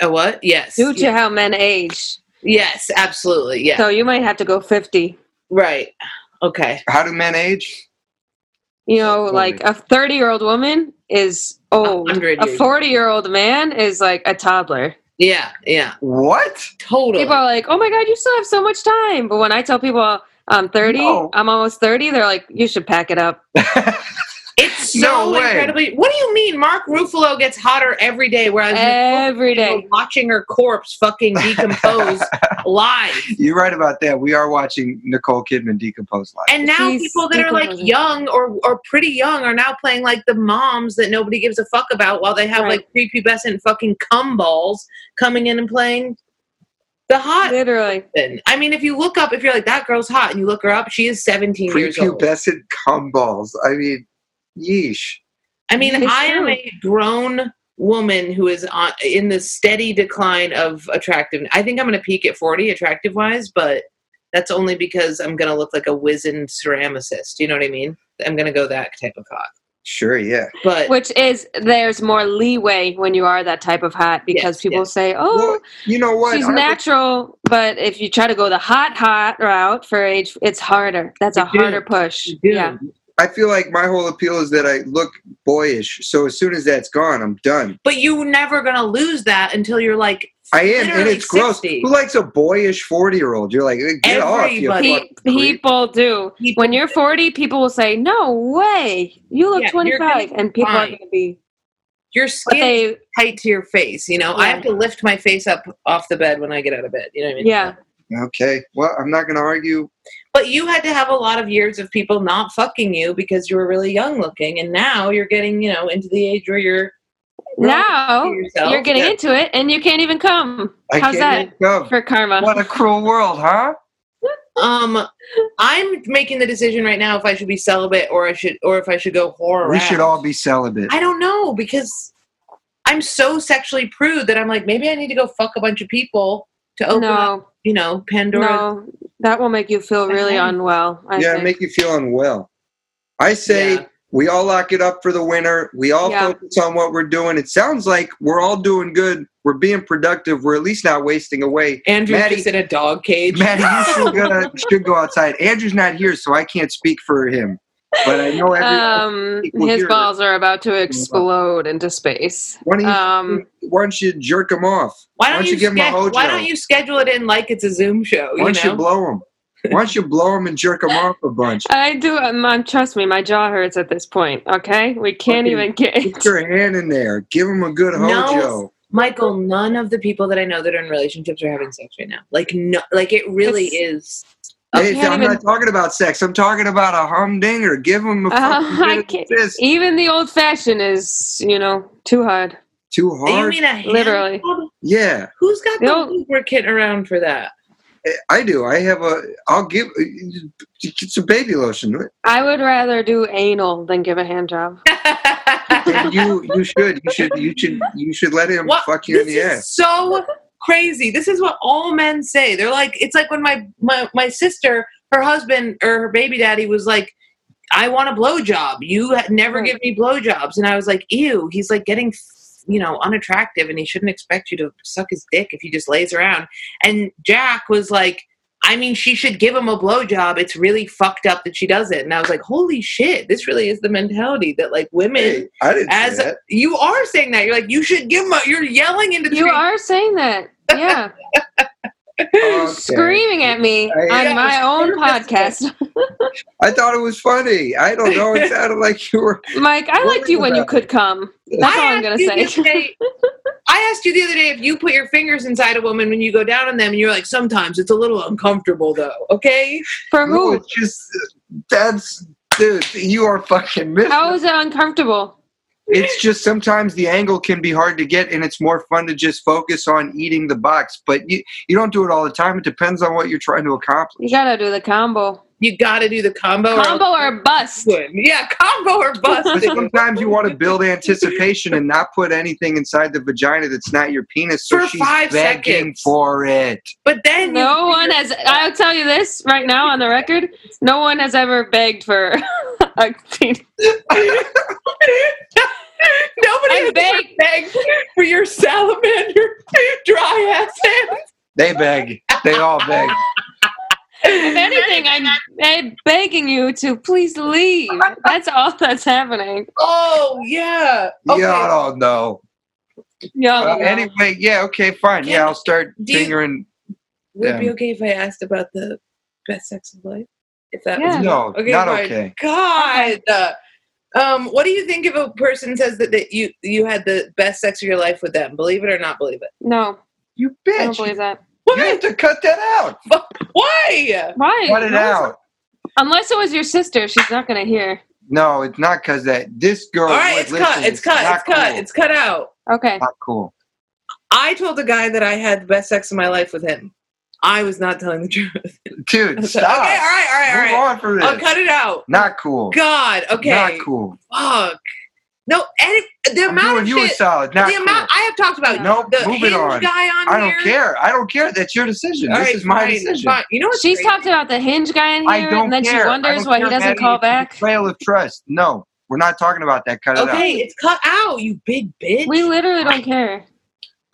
Speaker 3: a what yes
Speaker 4: due to how men age.
Speaker 3: yes absolutely yeah
Speaker 4: So you might have to go fifty.
Speaker 3: right okay
Speaker 5: How do men age?
Speaker 4: You know,
Speaker 5: Totally.
Speaker 4: like a 30 year old woman is old.
Speaker 3: hundred
Speaker 4: A
Speaker 3: years.
Speaker 4: 40 year old man is like a toddler.
Speaker 3: yeah yeah
Speaker 5: What?
Speaker 3: totally
Speaker 4: People are like, oh my God, you still have so much time. But when I tell people I'm 30,
Speaker 5: No.
Speaker 4: I'm almost 30, they're like, you should pack it up.
Speaker 3: It's
Speaker 5: No
Speaker 3: so
Speaker 5: way.
Speaker 3: incredibly. What do you mean? Mark Ruffalo gets hotter every day, whereas
Speaker 4: Every
Speaker 3: Nicole
Speaker 4: day.
Speaker 3: Kidman watching her corpse fucking decompose live.
Speaker 5: You're right about that. We are watching Nicole Kidman decompose live.
Speaker 3: And now
Speaker 4: She's
Speaker 3: people that are like
Speaker 4: decomposing.
Speaker 3: young or or pretty young are now playing like the moms that nobody gives a fuck about, while they have
Speaker 4: Right.
Speaker 3: like prepubescent fucking cum balls coming in and playing The hot
Speaker 4: Literally.
Speaker 3: women. I mean, if you look up, if you're like that girl's hot, and you look her up, she is 17 years old.
Speaker 5: Prepubescent cum balls. I mean, yeesh.
Speaker 3: I mean,
Speaker 6: It's
Speaker 3: I am
Speaker 6: true.
Speaker 3: a grown woman who is on, in the steady decline of attractive. I think I'm going to peak at 40 attractive wise, but that's only because I'm going to look like a wizened ceramicist. You know what I mean? I'm going to go that type of cock.
Speaker 5: Sure, yeah.
Speaker 3: But
Speaker 4: Which is there's more leeway when you are that type of hot because
Speaker 3: Yes,
Speaker 4: people
Speaker 3: yes.
Speaker 4: say,
Speaker 5: Well,
Speaker 4: "Oh,
Speaker 5: you know what?
Speaker 4: she's
Speaker 5: I would-
Speaker 4: natural," but if you try to go the hot hot route for age, it's harder. That's a
Speaker 3: You do.
Speaker 4: harder push.
Speaker 3: you do.
Speaker 4: Yeah.
Speaker 5: I feel like my whole appeal is that I look boyish. So as soon as that's gone, I'm done.
Speaker 3: but you're never going to lose that until you're like
Speaker 5: I am, and
Speaker 3: Literally
Speaker 5: it's gross.
Speaker 3: 60.
Speaker 5: Who likes a boyish forty-year-old? You're like, get off, you
Speaker 3: Everybody.
Speaker 5: fucking
Speaker 4: Pe-
Speaker 5: creep.
Speaker 4: people do.
Speaker 3: People
Speaker 4: When you're 40, people will say, "No way, you look
Speaker 3: Yeah, you're gonna
Speaker 4: 25," and people are
Speaker 3: fine.
Speaker 4: going to be.
Speaker 3: your
Speaker 4: But
Speaker 3: skin is
Speaker 4: they,
Speaker 3: tight to your face. You know, I
Speaker 4: Yeah.
Speaker 3: have to lift my face up off the bed when I get out of bed. You know what I mean?
Speaker 4: yeah,
Speaker 5: Okay, well, I'm not going to argue.
Speaker 3: But you had to have a lot of years of people not fucking you because you were really young looking, and now you're getting you know into the age where you're
Speaker 4: now
Speaker 3: yourself.
Speaker 4: you're getting
Speaker 5: Yeah.
Speaker 4: into it, and you can't even come.
Speaker 5: I
Speaker 4: How's that
Speaker 5: can't even
Speaker 4: for karma?
Speaker 5: go. What a cruel world, huh?
Speaker 3: um. I'm making the decision right now if I should be celibate or I should or if I should go horror.
Speaker 5: We should all be celibate.
Speaker 3: I don't know because I'm so sexually prude that I'm like maybe I need to go fuck a bunch of people to open up,
Speaker 4: no,
Speaker 3: you know Pandora.
Speaker 4: no, that will make you feel really
Speaker 3: Mhm.
Speaker 4: unwell. I
Speaker 5: yeah,
Speaker 4: think.
Speaker 5: make you feel unwell. I say
Speaker 3: Yeah.
Speaker 5: we all lock it up for the winter. We all
Speaker 4: Yeah.
Speaker 5: focus on what we're doing. It sounds like we're all doing good. We're being productive. We're at least not wasting away.
Speaker 3: Andrew's
Speaker 5: Maddie-
Speaker 3: just in a dog cage.
Speaker 5: Maddie, you should, go should go outside. Andrew's not here, so I can't speak for him. But I know every
Speaker 4: um,
Speaker 5: people
Speaker 4: his
Speaker 5: here-
Speaker 4: balls are about to explode into space.
Speaker 5: why, don't you,
Speaker 4: Um,
Speaker 5: why don't you jerk him off?
Speaker 3: Why don't, you,
Speaker 5: give him a
Speaker 3: schedule,
Speaker 5: hojo?
Speaker 3: Why don't you schedule it in like it's a Zoom show?
Speaker 5: Why
Speaker 3: You
Speaker 5: don't you
Speaker 3: know,
Speaker 5: blow him? Why don't you blow him and jerk him off a bunch?
Speaker 4: I do. Um, um, trust me, my jaw hurts at this point. Okay, we can't
Speaker 5: Okay.
Speaker 4: even get.
Speaker 5: Put your hand in there. Give him a good
Speaker 3: No.
Speaker 5: hojo.
Speaker 3: Michael. None of the people that I know that are in relationships are having sex right now. Like no, like it really is.
Speaker 5: Hey,
Speaker 4: can't
Speaker 5: I'm
Speaker 4: even-
Speaker 5: not talking about sex. I'm talking about a humdinger. Give him a fucking
Speaker 4: Uh, I
Speaker 5: good
Speaker 4: can't-
Speaker 5: fist.
Speaker 4: even the old fashioned is, you know, too hard.
Speaker 5: Too
Speaker 3: You
Speaker 5: hard.
Speaker 3: mean a hand
Speaker 4: Literally.
Speaker 3: job?
Speaker 5: yeah,
Speaker 3: Who's got
Speaker 4: No.
Speaker 3: the lubricant around for that?
Speaker 5: I- I do. I have a. I'll give. It's a baby lotion.
Speaker 4: I would rather do anal than give a hand job.
Speaker 5: And you, you should, you should, you should, you should let him
Speaker 3: What-
Speaker 5: fuck you in
Speaker 3: this
Speaker 5: the
Speaker 3: is
Speaker 5: ass.
Speaker 3: So crazy. This is what all men say. They're like, it's like when my my, my sister, her husband or her baby daddy was like, I want a blowjob. You ha- never
Speaker 4: Right.
Speaker 3: give me blowjobs, and I was like, ew. He's like getting. You know, unattractive, and he shouldn't expect you to suck his dick if he just lays around. And Jack was like, I mean, she should give him a blowjob. It's really fucked up that she does it. And I was like, holy shit, this really is the mentality that like women
Speaker 5: Hey, I didn't
Speaker 3: as
Speaker 5: say that.
Speaker 3: you are saying that you're like you should give him a, you're yelling into the
Speaker 4: You
Speaker 3: screen.
Speaker 4: are saying that. Yeah.
Speaker 5: Okay.
Speaker 4: Screaming at me
Speaker 5: I-
Speaker 4: on
Speaker 3: Yeah,
Speaker 4: my
Speaker 3: it's
Speaker 4: own
Speaker 3: purposeful.
Speaker 4: podcast.
Speaker 5: I thought it was funny. I don't know. It sounded like you were.
Speaker 4: Mike, I liked you when you
Speaker 5: about it.
Speaker 4: could come. That's all
Speaker 3: asked
Speaker 4: I'm going
Speaker 3: you
Speaker 4: to
Speaker 3: the
Speaker 4: say.
Speaker 3: other day- I asked you the other day if you put your fingers inside a woman when you go down on them, and you're like, sometimes it's a little uncomfortable though. Okay,
Speaker 4: For
Speaker 5: No,
Speaker 4: who?
Speaker 5: it's just that's dude. You are fucking missing.
Speaker 4: How is it uncomfortable?
Speaker 5: It's just sometimes the angle can be hard to get, and it's more fun to just focus on eating the box. But you you don't do it all the time. It depends on what you're trying to accomplish.
Speaker 4: You got to do the combo.
Speaker 3: you got to do the combo.
Speaker 5: Oh,
Speaker 3: or-
Speaker 4: Combo or bust.
Speaker 3: yeah, combo or
Speaker 5: But
Speaker 3: bust. dude.
Speaker 5: sometimes you want to build anticipation and not put anything inside the vagina that's not your penis. So
Speaker 3: For
Speaker 5: she's
Speaker 3: five
Speaker 5: begging
Speaker 3: seconds.
Speaker 5: for it.
Speaker 3: but then
Speaker 4: No
Speaker 3: you,
Speaker 4: one has, I'll tell you this right now on the record, no one has ever begged for a teen-
Speaker 3: nobody
Speaker 4: I
Speaker 3: has ever
Speaker 4: beg.
Speaker 3: begged for your salamander dry ass hands.
Speaker 5: They beg. They all beg.
Speaker 4: If anything, I'm, I'm begging you to please leave. That's all that's happening.
Speaker 3: Oh yeah. Okay.
Speaker 5: Yeah, I don't know.
Speaker 4: Yo,
Speaker 5: Uh, anyway, yeah, okay, fine. Yeah, I'll start
Speaker 3: Do you-
Speaker 5: fingering.
Speaker 3: Would it be
Speaker 5: Yeah.
Speaker 3: okay if I asked about the best sex of life? If that
Speaker 4: Yeah.
Speaker 3: was
Speaker 5: No,
Speaker 3: okay,
Speaker 5: not
Speaker 3: fine.
Speaker 5: okay.
Speaker 3: God. Um, what do you think if a person says that, that you you had the best sex of your life with them? Believe it or not believe it.
Speaker 4: no,
Speaker 5: You
Speaker 4: I don't
Speaker 5: bitch.
Speaker 4: believe that.
Speaker 5: You have to cut that out.
Speaker 3: Why?
Speaker 4: Why?
Speaker 5: Cut it
Speaker 4: Unless-
Speaker 5: out.
Speaker 4: Unless it was your sister, she's not gonna hear.
Speaker 5: No, it's not because that this girl.
Speaker 3: All right,
Speaker 5: was
Speaker 3: it's cut.
Speaker 5: listening.
Speaker 3: It's cut.
Speaker 5: not
Speaker 3: It's cut.
Speaker 5: cool.
Speaker 3: It's cut out.
Speaker 4: Okay.
Speaker 5: not cool.
Speaker 3: I told the guy that I had the best sex of my life with him. I was not telling the truth.
Speaker 5: Dude,
Speaker 3: okay, all
Speaker 5: stop.
Speaker 3: right, all right, all
Speaker 5: Move
Speaker 3: right.
Speaker 5: on for this.
Speaker 3: I'll cut it out.
Speaker 5: Not cool.
Speaker 3: God, okay.
Speaker 5: Not cool.
Speaker 3: Fuck. No, edit the
Speaker 5: I'm
Speaker 3: amount
Speaker 5: doing
Speaker 3: of
Speaker 5: you a
Speaker 3: shit.
Speaker 5: solid.
Speaker 3: The
Speaker 5: Not cool.
Speaker 3: amount I have talked about.
Speaker 5: Nope,
Speaker 3: the
Speaker 5: move it
Speaker 3: Hinge
Speaker 5: on.
Speaker 3: guy on
Speaker 5: I don't
Speaker 3: here.
Speaker 5: care. I don't care. That's your decision.
Speaker 3: All
Speaker 5: this
Speaker 3: right,
Speaker 5: is my
Speaker 3: fine,
Speaker 5: decision.
Speaker 3: fine. You know what?
Speaker 4: She's talked about the hinge guy in
Speaker 5: I
Speaker 4: here,
Speaker 5: don't
Speaker 4: and then
Speaker 5: care.
Speaker 4: she
Speaker 5: I
Speaker 4: wonders
Speaker 5: don't
Speaker 4: why he
Speaker 5: care,
Speaker 4: doesn't
Speaker 5: Maddie.
Speaker 4: call
Speaker 5: It's a
Speaker 4: back.
Speaker 5: Betrayal of trust. No, we're not talking about that. Cut it out.
Speaker 3: Okay, it's cut out, you big bitch.
Speaker 4: We literally don't care.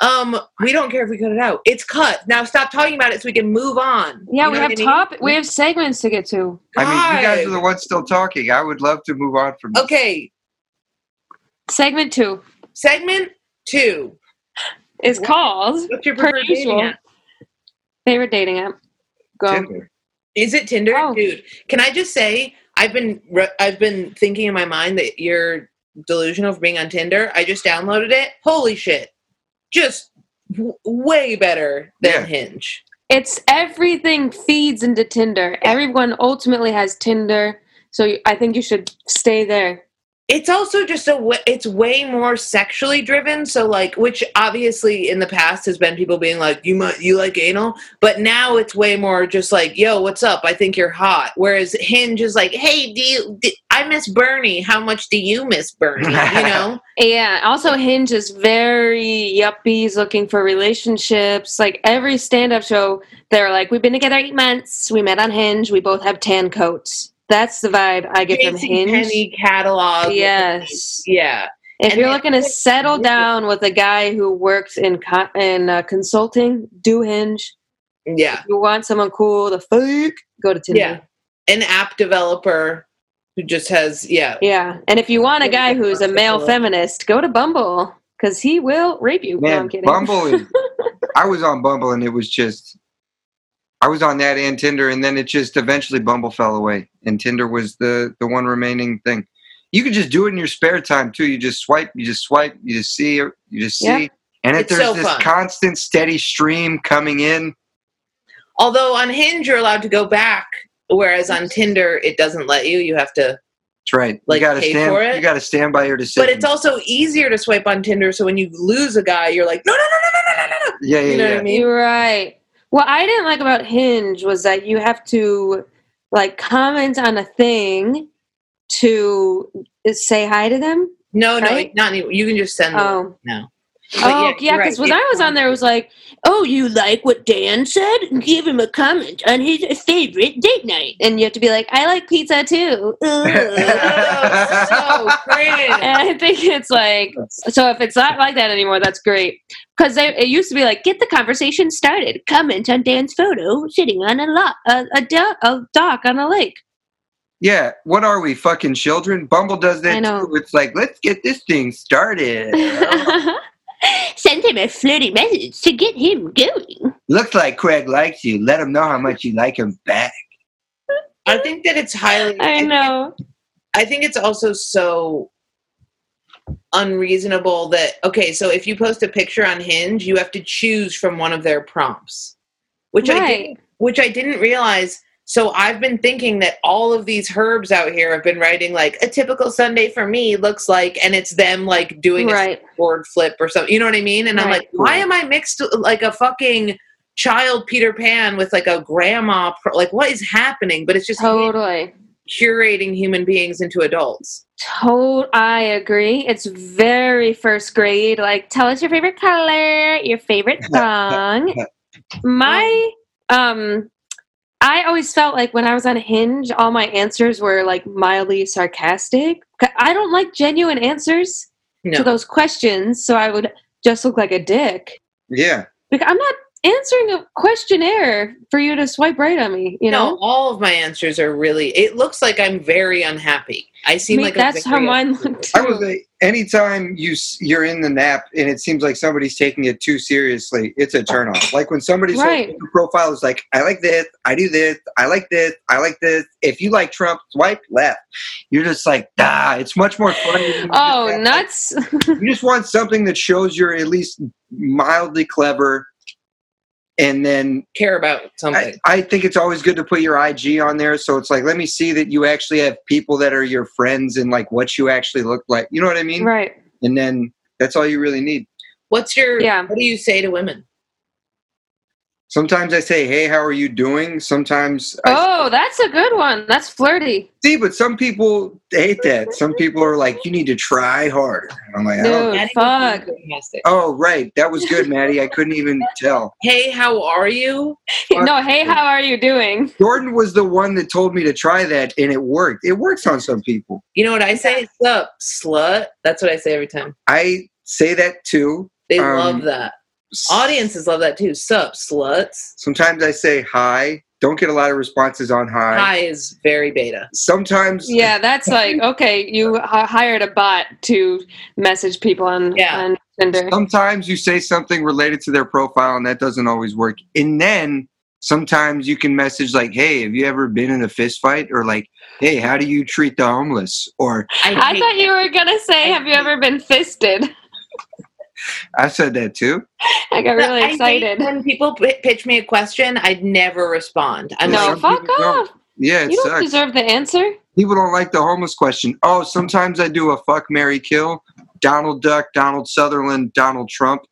Speaker 3: um, we don't care if we cut it out. It's cut. Now stop talking about it so we can move on. You
Speaker 4: Yeah, we
Speaker 3: know
Speaker 4: have
Speaker 3: what I mean?
Speaker 4: top. We have segments to get to.
Speaker 5: I mean, you guys
Speaker 3: God.
Speaker 5: are the ones still talking. I would love to move on from this.
Speaker 3: Okay,
Speaker 4: Segment two
Speaker 3: segment two.
Speaker 4: is
Speaker 3: What?
Speaker 4: called
Speaker 3: What's your
Speaker 4: Per
Speaker 3: preferred dating
Speaker 4: usual.
Speaker 3: app?
Speaker 4: favorite dating app. Go.
Speaker 5: Tinder.
Speaker 3: Is it Tinder,
Speaker 4: Oh.
Speaker 3: dude? Can I just say I've been re- I've been thinking in my mind that you're delusional for being on Tinder. I just downloaded it. Holy shit! Just w- way better than
Speaker 5: Yeah.
Speaker 3: Hinge.
Speaker 4: It's everything feeds into Tinder. Everyone ultimately has Tinder, so you- I think you should stay there.
Speaker 3: It's also just a w- it's way more sexually driven. So like, which obviously in the past has been people being like, you might you like anal, but now it's way more just like, yo, what's up? I think you're hot. Whereas Hinge is like, hey, do you? d I I miss Bernie. How much do you miss Bernie? You know.
Speaker 4: Yeah. Also, Hinge is very yuppies looking for relationships. Like every stand-up show, they're like, "We've been together eight months. We met on Hinge. We both have tan coats." That's the vibe I get from Hinge.
Speaker 3: JCPenney catalog.
Speaker 4: Yes.
Speaker 3: Yeah.
Speaker 4: If
Speaker 3: And
Speaker 4: you're
Speaker 3: they-
Speaker 4: looking to settle down with a guy who works in co- in uh, consulting, do Hinge.
Speaker 3: Yeah.
Speaker 4: If you want someone cool to fuck, go to Tinder.
Speaker 3: Yeah. An app developer who just has, yeah.
Speaker 4: Yeah, and if you want a guy who's a male feminist, go to Bumble because he will rape you. no, I'm
Speaker 5: Man,
Speaker 4: kidding.
Speaker 5: Bumble is. I was on Bumble and it was just. I was on that and Tinder, and then it just eventually Bumble fell away, and Tinder was the the one remaining thing. You could just do it in your spare time too. You just swipe, you just swipe, you just see, you just see,
Speaker 4: Yeah.
Speaker 5: and if
Speaker 3: It's
Speaker 5: there's
Speaker 3: so
Speaker 5: this
Speaker 3: fun.
Speaker 5: constant, steady stream coming in,
Speaker 3: Although on Hinge, you're allowed to go back, whereas on Tinder, it doesn't let you. You have to.
Speaker 5: that's right.
Speaker 3: Like,
Speaker 5: you gotta
Speaker 3: pay
Speaker 5: stand.
Speaker 3: for it?
Speaker 5: You gotta stand by your decision.
Speaker 3: But it's also easier to swipe on Tinder. So when you lose a guy, you're like, no, no, no, no, no, no, no, no.
Speaker 5: yeah, yeah,
Speaker 3: You know
Speaker 5: yeah.
Speaker 3: what I mean?
Speaker 4: You're right. What I didn't like about Hinge was that you have to like comment on a thing to say hi to them.
Speaker 3: No, no,
Speaker 4: Right?
Speaker 3: not even. You can just send them.
Speaker 4: Oh.
Speaker 3: No.
Speaker 4: Oh yeah, because when I was on there, it was like, "Oh, you like what Dan said? Give him a comment on his favorite date night." And you have to be like, "I like pizza too." Ugh.
Speaker 3: so cringe.
Speaker 4: and I think it's like so if it's not like that anymore, that's great because it used to be like get the conversation started, comment on Dan's photo sitting on a lot a, a, do- a dock on a lake.
Speaker 5: Yeah, what are we fucking children? Bumble does that
Speaker 4: I know.
Speaker 5: too. It's like let's get this thing started.
Speaker 4: Send him a flirty message to get him going.
Speaker 5: Looks like Craig likes you. Let him know how much you like him back.
Speaker 3: I think that it's highly.
Speaker 4: I know.
Speaker 3: I think it's also so unreasonable that okay, so if you post a picture on Hinge, you have to choose from one of their prompts, which I
Speaker 4: right.
Speaker 3: didn't, which I didn't realize. So I've been thinking that all of these herbs out here have been writing like a typical Sunday for me looks like, and it's them like doing a
Speaker 4: right.
Speaker 3: board flip or something. You know what I mean? And I'm
Speaker 4: Right.
Speaker 3: like, why am I mixed like a fucking child Peter Pan with like a grandma? Pro- like, what is happening? But it's just
Speaker 4: Totally.
Speaker 3: curating human beings into adults.
Speaker 4: Total, I agree. It's very first grade. Like, tell us your favorite color, your favorite song.
Speaker 3: Um,
Speaker 4: My, um, I always felt like when I was on Hinge, all my answers were like mildly sarcastic. 'Cause I don't like genuine answers
Speaker 3: No.
Speaker 4: to those questions, so I would just look like a dick.
Speaker 5: Yeah.
Speaker 4: Because I'm not answering a questionnaire for you to swipe right on me. You
Speaker 3: no,
Speaker 4: know,
Speaker 3: all of my answers are really. It looks like I'm very unhappy. I
Speaker 4: I
Speaker 3: seem
Speaker 4: mean,
Speaker 3: like a
Speaker 4: that's how
Speaker 3: very-
Speaker 4: mine looked.
Speaker 5: I would say anytime you s- you're in the nap and it seems like somebody's taking it too seriously, it's a turnoff. Like when somebody's whole
Speaker 4: Right.
Speaker 5: profile is like, I like this, I do this, I like this, I like this. If you like Trump, swipe left. You're just like, ah, it's much more fun. when you just
Speaker 4: Oh,
Speaker 5: have, like,
Speaker 4: nuts.
Speaker 5: you just want something that shows you're at least mildly clever and then
Speaker 3: care about
Speaker 5: I,
Speaker 3: something.
Speaker 5: I think it's always good to put your IG on there. So it's like, let me see that you actually have people that are your friends and like what you actually look like. You know what I mean?
Speaker 4: right.
Speaker 5: And then that's all you really need.
Speaker 3: What's your?
Speaker 4: Yeah.
Speaker 3: What do you say to women?
Speaker 5: Sometimes I say, "Hey, how are you doing?" Sometimes I
Speaker 4: Oh, that's a good one. That's flirty.
Speaker 5: see, but some people hate that. Some people are like, "You need to try harder." And I'm like, I don't,
Speaker 4: Dude,
Speaker 3: Maddie was
Speaker 4: Oh, fuck.
Speaker 3: doing good message.
Speaker 5: "Oh, right, that was good, Maddie. I couldn't even tell."
Speaker 3: Hey, how are you?
Speaker 4: No, hey, how are you doing?
Speaker 5: Jordan was the one that told me to try that, and it worked. It works on some people.
Speaker 3: You know what I say? Sup, slut. That's what I say every time.
Speaker 5: I say that too.
Speaker 3: They
Speaker 5: Um,
Speaker 3: love that. Audiences love that too. Sup, sluts.
Speaker 5: Sometimes I say hi. Don't get a lot of responses on hi.
Speaker 3: Hi is very beta.
Speaker 5: Sometimes,
Speaker 4: Yeah, that's like okay. You h- hired a bot to message people on
Speaker 3: Yeah.
Speaker 4: on Tinder.
Speaker 5: sometimes you say something related to their profile, and that doesn't always work. And then sometimes you can message like, "Hey, have you ever been in a fist fight?" Or like, "Hey, how do you treat the homeless?" Or
Speaker 4: I
Speaker 3: hate
Speaker 4: thought you were gonna say,
Speaker 3: I
Speaker 4: "Have you
Speaker 3: hate-
Speaker 4: ever been fisted?"
Speaker 5: I said that too.
Speaker 4: I got
Speaker 3: No, I
Speaker 4: really
Speaker 3: hate
Speaker 4: excited.
Speaker 3: When people p- pitch me a question, I'd never respond. I'm
Speaker 5: No.
Speaker 4: No,
Speaker 3: like,
Speaker 5: some
Speaker 4: fuck
Speaker 5: people don't.
Speaker 4: off.
Speaker 5: Yeah, it
Speaker 4: You don't
Speaker 5: sucks.
Speaker 4: deserve the answer.
Speaker 5: People don't like the homeless question. Oh, sometimes I do a fuck Mary kill. Donald Duck, Donald Sutherland, Donald Trump.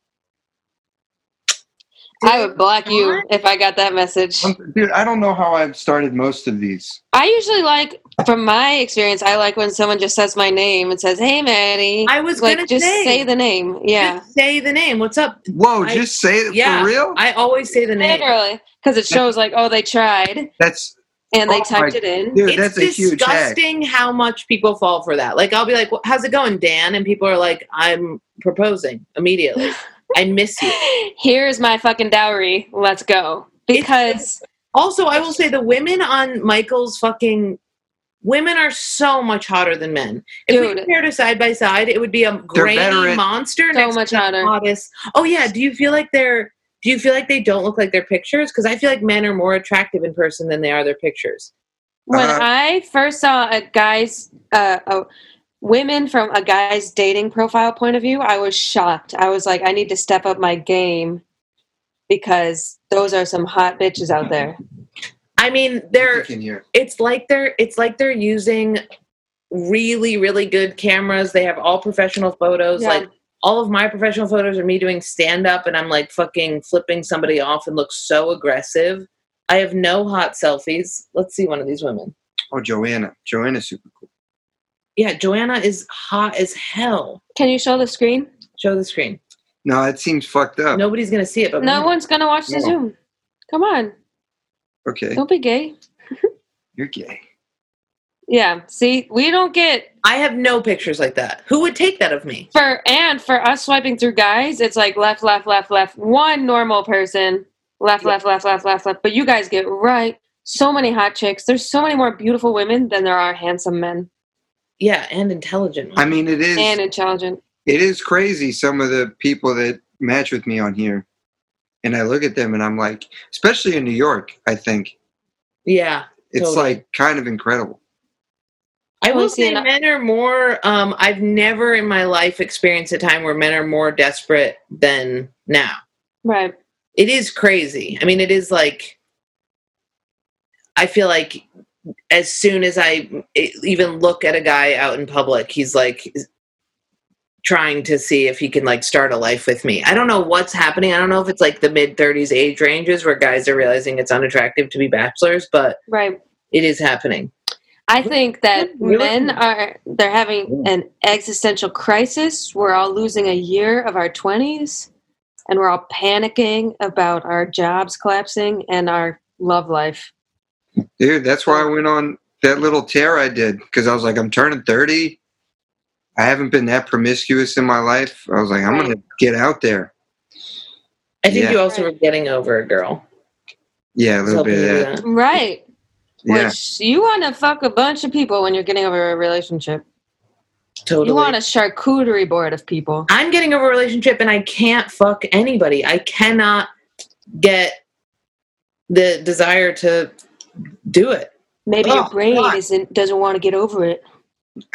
Speaker 4: I would block you if I got that message.
Speaker 5: Um, Dude, I don't know how I've started most of these.
Speaker 4: I usually like, from my experience, I like when someone just says my name and says, "Hey, Maddie."
Speaker 3: I was
Speaker 4: like,
Speaker 3: gonna
Speaker 4: just
Speaker 3: say.
Speaker 4: say the name. Yeah,
Speaker 3: Just say the name. What's up?
Speaker 5: Whoa,
Speaker 3: I-
Speaker 5: just say it
Speaker 3: yeah.
Speaker 5: for real?
Speaker 3: I always say the name.
Speaker 4: literally, because it shows like, oh, they tried
Speaker 5: that's
Speaker 4: and they
Speaker 5: Oh,
Speaker 4: typed
Speaker 5: my-
Speaker 4: it in.
Speaker 5: dude,
Speaker 3: it's
Speaker 5: that's a huge hack.
Speaker 3: disgusting how much people fall for that. Like I'll be like, well, "How's it going, Dan?" And people are like, "I'm proposing immediately. I miss you."
Speaker 4: Here's my fucking dowry. Let's go. Because
Speaker 3: Also, I will say the women on Michael's fucking women are so much hotter than men. If we
Speaker 4: Dude.
Speaker 3: compared a side by side, it would be a
Speaker 5: better
Speaker 3: grainy
Speaker 5: at-
Speaker 3: monster
Speaker 4: so
Speaker 3: next
Speaker 4: much
Speaker 3: to the
Speaker 4: hotter.
Speaker 3: hottest. Oh yeah, do you feel like they're? Do you feel like they don't look like their pictures? Because I feel like men are more attractive in person than they are their pictures.
Speaker 4: when
Speaker 5: Uh-huh.
Speaker 4: I first saw a guy's, uh, a, women from a guy's dating profile point of view, I was shocked. I was like, I need to step up my game because those are some hot bitches out there.
Speaker 3: I mean, they're
Speaker 5: Thinking here.
Speaker 3: it's like they're it's like they're using really really good cameras. They have all professional photos.
Speaker 4: Yeah.
Speaker 3: Like all of my professional photos are me doing stand up, and I'm like fucking flipping somebody off and look so aggressive. I have no hot selfies. Let's see one of these women.
Speaker 5: Oh, Joanna. Joanna's super cool.
Speaker 3: Yeah, Joanna is hot as hell.
Speaker 4: Can you show the screen?
Speaker 3: Show the screen.
Speaker 5: No, that seems fucked up.
Speaker 3: Nobody's gonna see it, but
Speaker 4: No one's gonna watch the
Speaker 5: No.
Speaker 4: Zoom. Come on,
Speaker 5: Okay,
Speaker 4: don't be gay.
Speaker 5: you're gay.
Speaker 4: Yeah, see, we don't get
Speaker 3: I have no pictures like that. Who would take that of me?
Speaker 4: for and for us swiping through guys, it's like left, left, left, left. One normal person, left, left, left, left, left, left. But you guys get right. So many hot chicks. There's so many more beautiful women than there are handsome men
Speaker 3: Yeah, and intelligent.
Speaker 5: I mean, it is
Speaker 4: and intelligent.
Speaker 5: it is crazy some of the people that match with me on here, and I look at them and I'm like, especially in New York, I think
Speaker 3: yeah.
Speaker 5: it's
Speaker 3: Totally.
Speaker 5: like kind of incredible.
Speaker 3: I
Speaker 4: Well,
Speaker 3: will
Speaker 4: see,
Speaker 3: say
Speaker 4: and I-
Speaker 3: men are more. Um, I've never in my life experienced a time where men are more desperate than now.
Speaker 4: Right.
Speaker 3: It is crazy. I mean, it is like. I feel like as soon as I e, even look at a guy out in public, he's like trying to see if he can like start a life with me. I don't know what's happening. I don't know if it's like the mid 30s age ranges where guys are realizing it's unattractive to be bachelors, but
Speaker 4: Right.
Speaker 3: it is happening.
Speaker 4: I think that
Speaker 3: Really?
Speaker 4: men are they're having an existential crisis. We're all losing a year of our 20s and we're all panicking about our jobs collapsing and our love life.
Speaker 5: Dude, that's why I went on that little tear I did because I was like, I'm turning 30. I haven't been that promiscuous in my life. I was like, I'm going to get out there.
Speaker 3: I think
Speaker 5: Yeah.
Speaker 3: you also were getting over a girl.
Speaker 5: Yeah, a little
Speaker 3: Helping
Speaker 5: bit
Speaker 3: you
Speaker 5: of
Speaker 3: do
Speaker 5: that.
Speaker 3: that.
Speaker 4: Right.
Speaker 5: Yeah.
Speaker 4: Which you want to fuck a bunch of people when you're getting over a relationship.
Speaker 3: Totally.
Speaker 4: You want a charcuterie board of people.
Speaker 3: I'm getting over a relationship and I can't fuck anybody. I cannot get the desire to do it.
Speaker 4: Maybe
Speaker 3: Oh,
Speaker 4: your brain
Speaker 3: God.
Speaker 4: isn't doesn't want to get over it.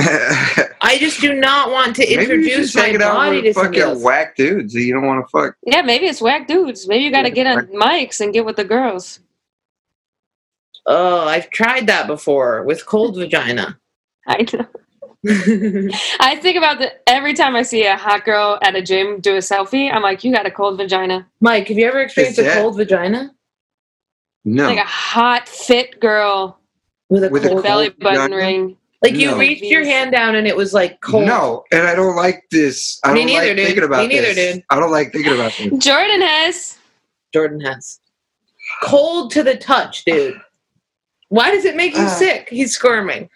Speaker 3: I just do not want to
Speaker 5: Maybe you should
Speaker 3: introduce my
Speaker 5: check it out
Speaker 3: body to
Speaker 5: with
Speaker 3: somebody
Speaker 5: fucking
Speaker 3: else.
Speaker 5: whack dudes that you don't want to fuck.
Speaker 4: Yeah, maybe it's whack dudes. Maybe you got to get on mics and get with the girls.
Speaker 3: Oh, I've tried that before with cold vagina.
Speaker 4: I know. I think about the every time I see a hot girl at a gym do a selfie, I'm like, you got a cold vagina.
Speaker 3: Mike, have you ever experienced a
Speaker 5: that-
Speaker 3: cold vagina
Speaker 5: No.
Speaker 4: Like a hot, fit girl,
Speaker 3: with a
Speaker 5: With a
Speaker 3: cold?
Speaker 5: cold-
Speaker 4: belly button
Speaker 5: vagina?
Speaker 4: ring.
Speaker 3: like you
Speaker 5: No.
Speaker 3: reached your hand down and it was like cold.
Speaker 5: No, and I don't like this. I
Speaker 3: Me
Speaker 5: don't
Speaker 3: neither,
Speaker 5: like
Speaker 3: dude.
Speaker 5: thinking about
Speaker 3: Me neither,
Speaker 5: this.
Speaker 3: dude.
Speaker 5: I don't like thinking about this.
Speaker 4: Jordan has.
Speaker 3: Jordan has cold to the touch, dude. Why does it make you
Speaker 5: Ah.
Speaker 3: sick? He's squirming.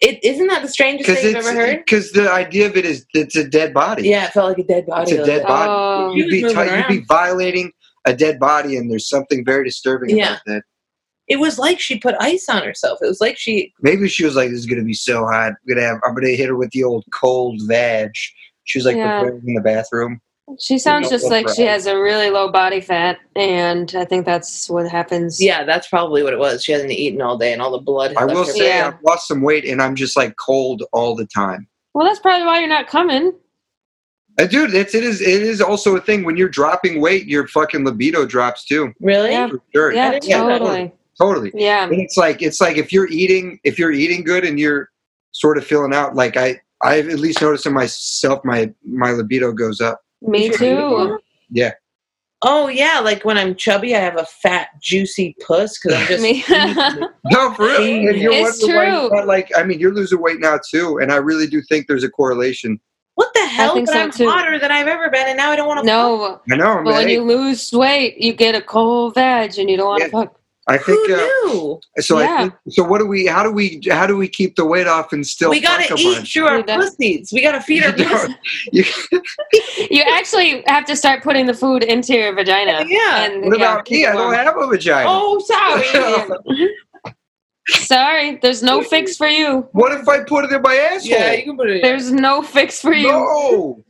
Speaker 3: It isn't that the strangest
Speaker 5: Because
Speaker 3: thing you've ever
Speaker 5: it's
Speaker 3: heard?
Speaker 5: because the idea of it is it's a dead body.
Speaker 3: Yeah, it felt like a dead body.
Speaker 5: It's a
Speaker 3: though.
Speaker 5: dead body.
Speaker 4: Oh.
Speaker 5: You'd be
Speaker 3: Moving
Speaker 5: t- you'd be
Speaker 3: around.
Speaker 5: violating a dead body, and there's something very disturbing
Speaker 3: Yeah.
Speaker 5: about that.
Speaker 3: It was like she put ice on herself. It was like she
Speaker 5: Maybe she was like, "This is gonna be so hot. I'm gonna have. I'm gonna hit her with the old cold vag." She was like
Speaker 4: Yeah.
Speaker 5: preparing in the bathroom.
Speaker 4: Oh, She sounds
Speaker 5: don't
Speaker 4: just
Speaker 5: look
Speaker 4: like she
Speaker 5: right.
Speaker 4: has a really low body fat, and I think that's what happens.
Speaker 3: Yeah, that's probably what it was. She hasn't eaten all day and all the blood.
Speaker 5: I
Speaker 3: left
Speaker 5: will
Speaker 3: her
Speaker 5: say um,
Speaker 4: Yeah.
Speaker 5: I've lost some weight, and I'm just like cold all the time.
Speaker 4: Well, that's probably why you're not coming.
Speaker 5: Uh, dude, it's it is it is also a thing when you're dropping weight, your fucking libido drops too.
Speaker 3: Really?
Speaker 4: Yeah.
Speaker 5: For sure,
Speaker 4: Yeah,
Speaker 3: didn't know that.
Speaker 4: totally.
Speaker 5: totally.
Speaker 4: Yeah.
Speaker 5: And it's like it's like if you're eating if you're eating good and you're sort of feeling out like i i've at least noticed in myself my my libido goes up
Speaker 4: Me too.
Speaker 3: Oh yeah, like when I'm chubby, I have a fat, juicy puss because I'm just
Speaker 4: Me.
Speaker 5: no for real and you're
Speaker 4: It's
Speaker 5: wondering why
Speaker 4: true.
Speaker 5: you're not, like i mean you're losing weight now too and i really do think there's a correlation
Speaker 3: what the hell?
Speaker 4: think
Speaker 3: But
Speaker 4: so,
Speaker 3: I'm
Speaker 4: too.
Speaker 3: hotter than I've ever been, and now I don't want to.
Speaker 4: no.
Speaker 5: i know
Speaker 4: But when
Speaker 5: man.
Speaker 4: you lose weight, you get a cold veg and you don't want to
Speaker 5: Yeah.
Speaker 4: fuck.
Speaker 5: i
Speaker 3: Who
Speaker 5: think uh,
Speaker 3: knew?
Speaker 5: so
Speaker 4: Yeah.
Speaker 5: i think so what do we how do we how do we keep the weight off and still
Speaker 3: We gotta
Speaker 5: fuck a
Speaker 3: eat
Speaker 5: bunch?
Speaker 3: through our
Speaker 4: We don't-
Speaker 3: pussies. We gotta feed our
Speaker 5: You
Speaker 3: pussies.
Speaker 5: don't- you-
Speaker 4: You actually have to start putting the food into your vagina.
Speaker 3: Yeah.
Speaker 4: And,
Speaker 5: what
Speaker 4: yeah,
Speaker 5: about
Speaker 4: keep
Speaker 5: me
Speaker 4: it
Speaker 5: i don't
Speaker 4: warm.
Speaker 5: have a vagina
Speaker 3: Oh, sorry.
Speaker 4: Sorry, there's no fix for you.
Speaker 5: what if i put it in my asshole
Speaker 3: yeah, you can put it. In.
Speaker 4: There's no fix for you.
Speaker 5: no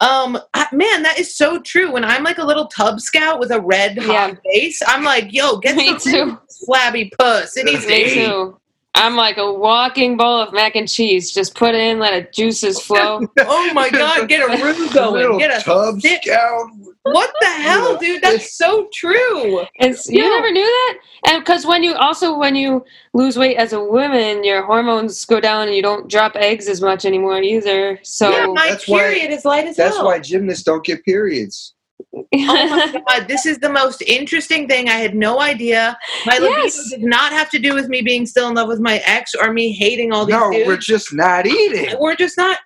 Speaker 3: Um, I, man, that is so true. When I'm like a little tub scout with a red
Speaker 4: Yeah.
Speaker 3: hot face, I'm like, yo, get
Speaker 4: Me
Speaker 3: some
Speaker 4: too.
Speaker 3: flabby puss. It needs to
Speaker 4: Me
Speaker 3: eat.
Speaker 4: too. I'm like a walking bowl of mac and cheese. Just put it in, let it juices flow.
Speaker 3: Oh my god, get a room going.
Speaker 5: little
Speaker 3: Get a
Speaker 5: tub
Speaker 3: sit-
Speaker 5: scout
Speaker 3: what the hell, dude? That's so true.
Speaker 4: It's you
Speaker 3: Yeah.
Speaker 4: never knew that, and because when you also when you lose weight as a woman, your hormones go down and you don't drop eggs as much anymore either. So
Speaker 3: yeah, my
Speaker 5: That's why-
Speaker 3: period is light as
Speaker 5: That's
Speaker 3: hell.
Speaker 5: why gymnasts don't get periods.
Speaker 3: oh my god, this is the most interesting thing. I had no idea. My libido
Speaker 4: Yes.
Speaker 3: did not have to do with me being still in love with my ex or me hating all these
Speaker 5: No,
Speaker 3: dudes.
Speaker 5: we're just not eating.
Speaker 3: We're just not,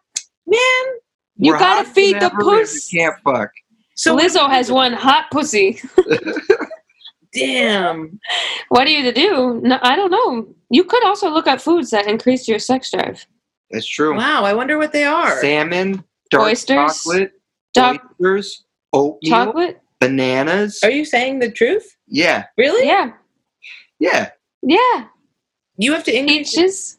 Speaker 3: man.
Speaker 4: You
Speaker 5: We're
Speaker 4: gotta
Speaker 5: hotter
Speaker 4: feed
Speaker 5: than
Speaker 4: the
Speaker 5: ever and
Speaker 4: puss.
Speaker 5: We can't fuck.
Speaker 3: So
Speaker 4: Lizzo has one hot pussy.
Speaker 3: damn.
Speaker 4: What are you to do? No, I don't know. You could also look at foods that increase your sex drive.
Speaker 5: That's true.
Speaker 3: Wow, I wonder what they are.
Speaker 5: Salmon, dark
Speaker 4: Oysters?
Speaker 5: chocolate,
Speaker 4: Dark
Speaker 5: oysters, oatmeal,
Speaker 4: chocolate?
Speaker 5: bananas.
Speaker 3: Are you saying the truth?
Speaker 5: Yeah,
Speaker 3: Really?
Speaker 4: Yeah.
Speaker 5: yeah.
Speaker 4: Yeah.
Speaker 3: You have to increase.
Speaker 4: Peaches.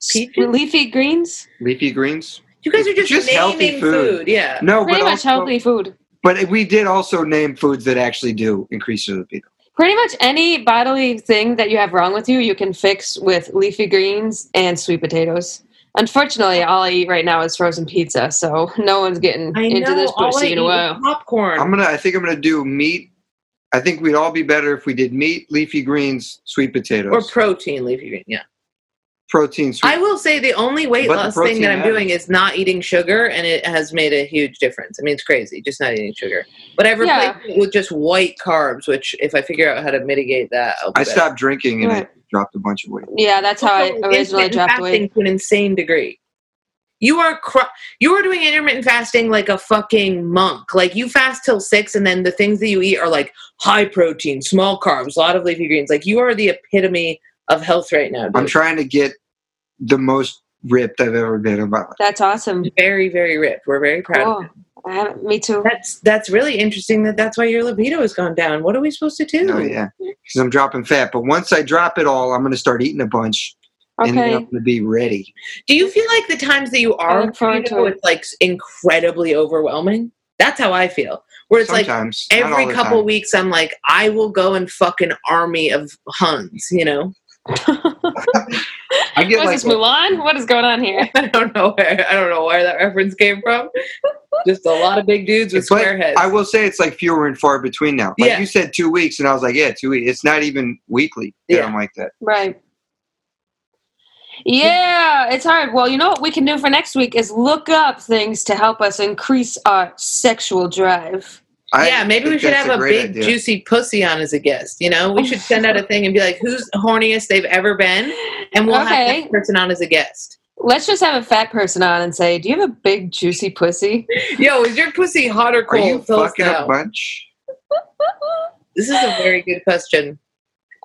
Speaker 4: S-
Speaker 3: Peaches?
Speaker 4: Leafy greens.
Speaker 5: Leafy greens.
Speaker 3: You guys are just,
Speaker 5: Just healthy
Speaker 3: naming
Speaker 5: food.
Speaker 3: food. Yeah.
Speaker 5: No,
Speaker 4: Pretty
Speaker 5: but
Speaker 4: much
Speaker 5: also,
Speaker 4: healthy food.
Speaker 5: But we did also name foods that actually do increase your libido.
Speaker 4: Pretty much any bodily thing that you have wrong with you, you can fix with leafy greens and sweet potatoes. Unfortunately, all I eat right now is frozen pizza, so no one's getting
Speaker 3: I
Speaker 4: into
Speaker 3: know.
Speaker 4: this
Speaker 3: all I
Speaker 4: pussy
Speaker 3: eat
Speaker 4: in a
Speaker 3: is
Speaker 4: while.
Speaker 3: popcorn.
Speaker 5: I'm gonna. I think I'm gonna do meat. I think we'd all be better if we did meat, leafy greens, sweet potatoes,
Speaker 3: or protein leafy green. Yeah.
Speaker 5: protein. Sweet
Speaker 3: I will say the only weight
Speaker 5: But the
Speaker 3: loss thing that I'm
Speaker 5: protein
Speaker 3: doing is not eating sugar, and it has made a huge difference. I mean, it's crazy, just not eating sugar. But I've replaced
Speaker 4: Yeah.
Speaker 3: it with just white carbs, which if I figure out how to mitigate that, I'll be
Speaker 5: I
Speaker 3: better.
Speaker 5: stopped drinking and
Speaker 4: Right.
Speaker 5: I dropped a bunch of weight.
Speaker 4: Yeah, that's how I
Speaker 3: Also,
Speaker 4: originally
Speaker 3: intermittent
Speaker 4: dropped
Speaker 3: fasting
Speaker 4: weight.
Speaker 3: to an insane degree. You are cr- you are doing intermittent fasting like a fucking monk. Like you fast till six, and then the things that you eat are like high protein, small carbs, a lot of leafy greens. Like you are the epitome of health right now. Dude.
Speaker 5: I'm trying to get the most ripped I've ever been in my life.
Speaker 4: That's awesome.
Speaker 3: very very ripped. We're very proud. of
Speaker 4: Cool.
Speaker 3: it.
Speaker 4: I haven't, me too.
Speaker 3: That's that's really interesting. That that's why your libido has gone down. What are we supposed to do?
Speaker 5: Oh yeah, because I'm dropping fat. But once I drop it all, I'm going to start eating a bunch, and then I'm
Speaker 4: Okay.
Speaker 5: going to be ready.
Speaker 3: Do you feel like the times that you
Speaker 4: I
Speaker 3: are
Speaker 4: look forward
Speaker 3: libido,
Speaker 4: to it.
Speaker 3: it's like incredibly overwhelming? That's how I feel. Where it's like
Speaker 5: Sometimes not all
Speaker 3: every
Speaker 5: the
Speaker 3: couple
Speaker 5: time.
Speaker 3: weeks i'm like i will go and fuck an army of huns you know
Speaker 5: I get
Speaker 4: What
Speaker 5: like
Speaker 4: is this, Mulan? What is going on here?
Speaker 3: i don't know where i don't know where that reference came from just a lot of big dudes with
Speaker 5: but
Speaker 3: square heads
Speaker 5: I will say it's like fewer and far between now. Like
Speaker 3: Yeah.
Speaker 5: you said, two weeks, and I was like, yeah, two weeks. It's not even weekly. that
Speaker 3: Yeah.
Speaker 5: I'm like that.
Speaker 4: Right. Yeah, it's hard. Well, you know what we can do for next week is look up things to help us increase our sexual drive.
Speaker 5: I
Speaker 3: yeah, maybe we
Speaker 5: think
Speaker 3: should
Speaker 5: that's
Speaker 3: have a,
Speaker 5: great
Speaker 3: big
Speaker 5: idea.
Speaker 3: juicy pussy on as a guest. You know, we should send out a thing and be like, "Who's the horniest they've ever been?" And we'll have
Speaker 4: Okay.
Speaker 3: that person on as a guest.
Speaker 4: Let's just have a fat person on and say, "Do you have a big juicy pussy?"
Speaker 3: Yo, is your pussy hot or
Speaker 5: Are
Speaker 3: cold?
Speaker 5: you
Speaker 3: Tell us
Speaker 5: fucking
Speaker 3: now.
Speaker 5: a bunch?
Speaker 3: This is a very good question.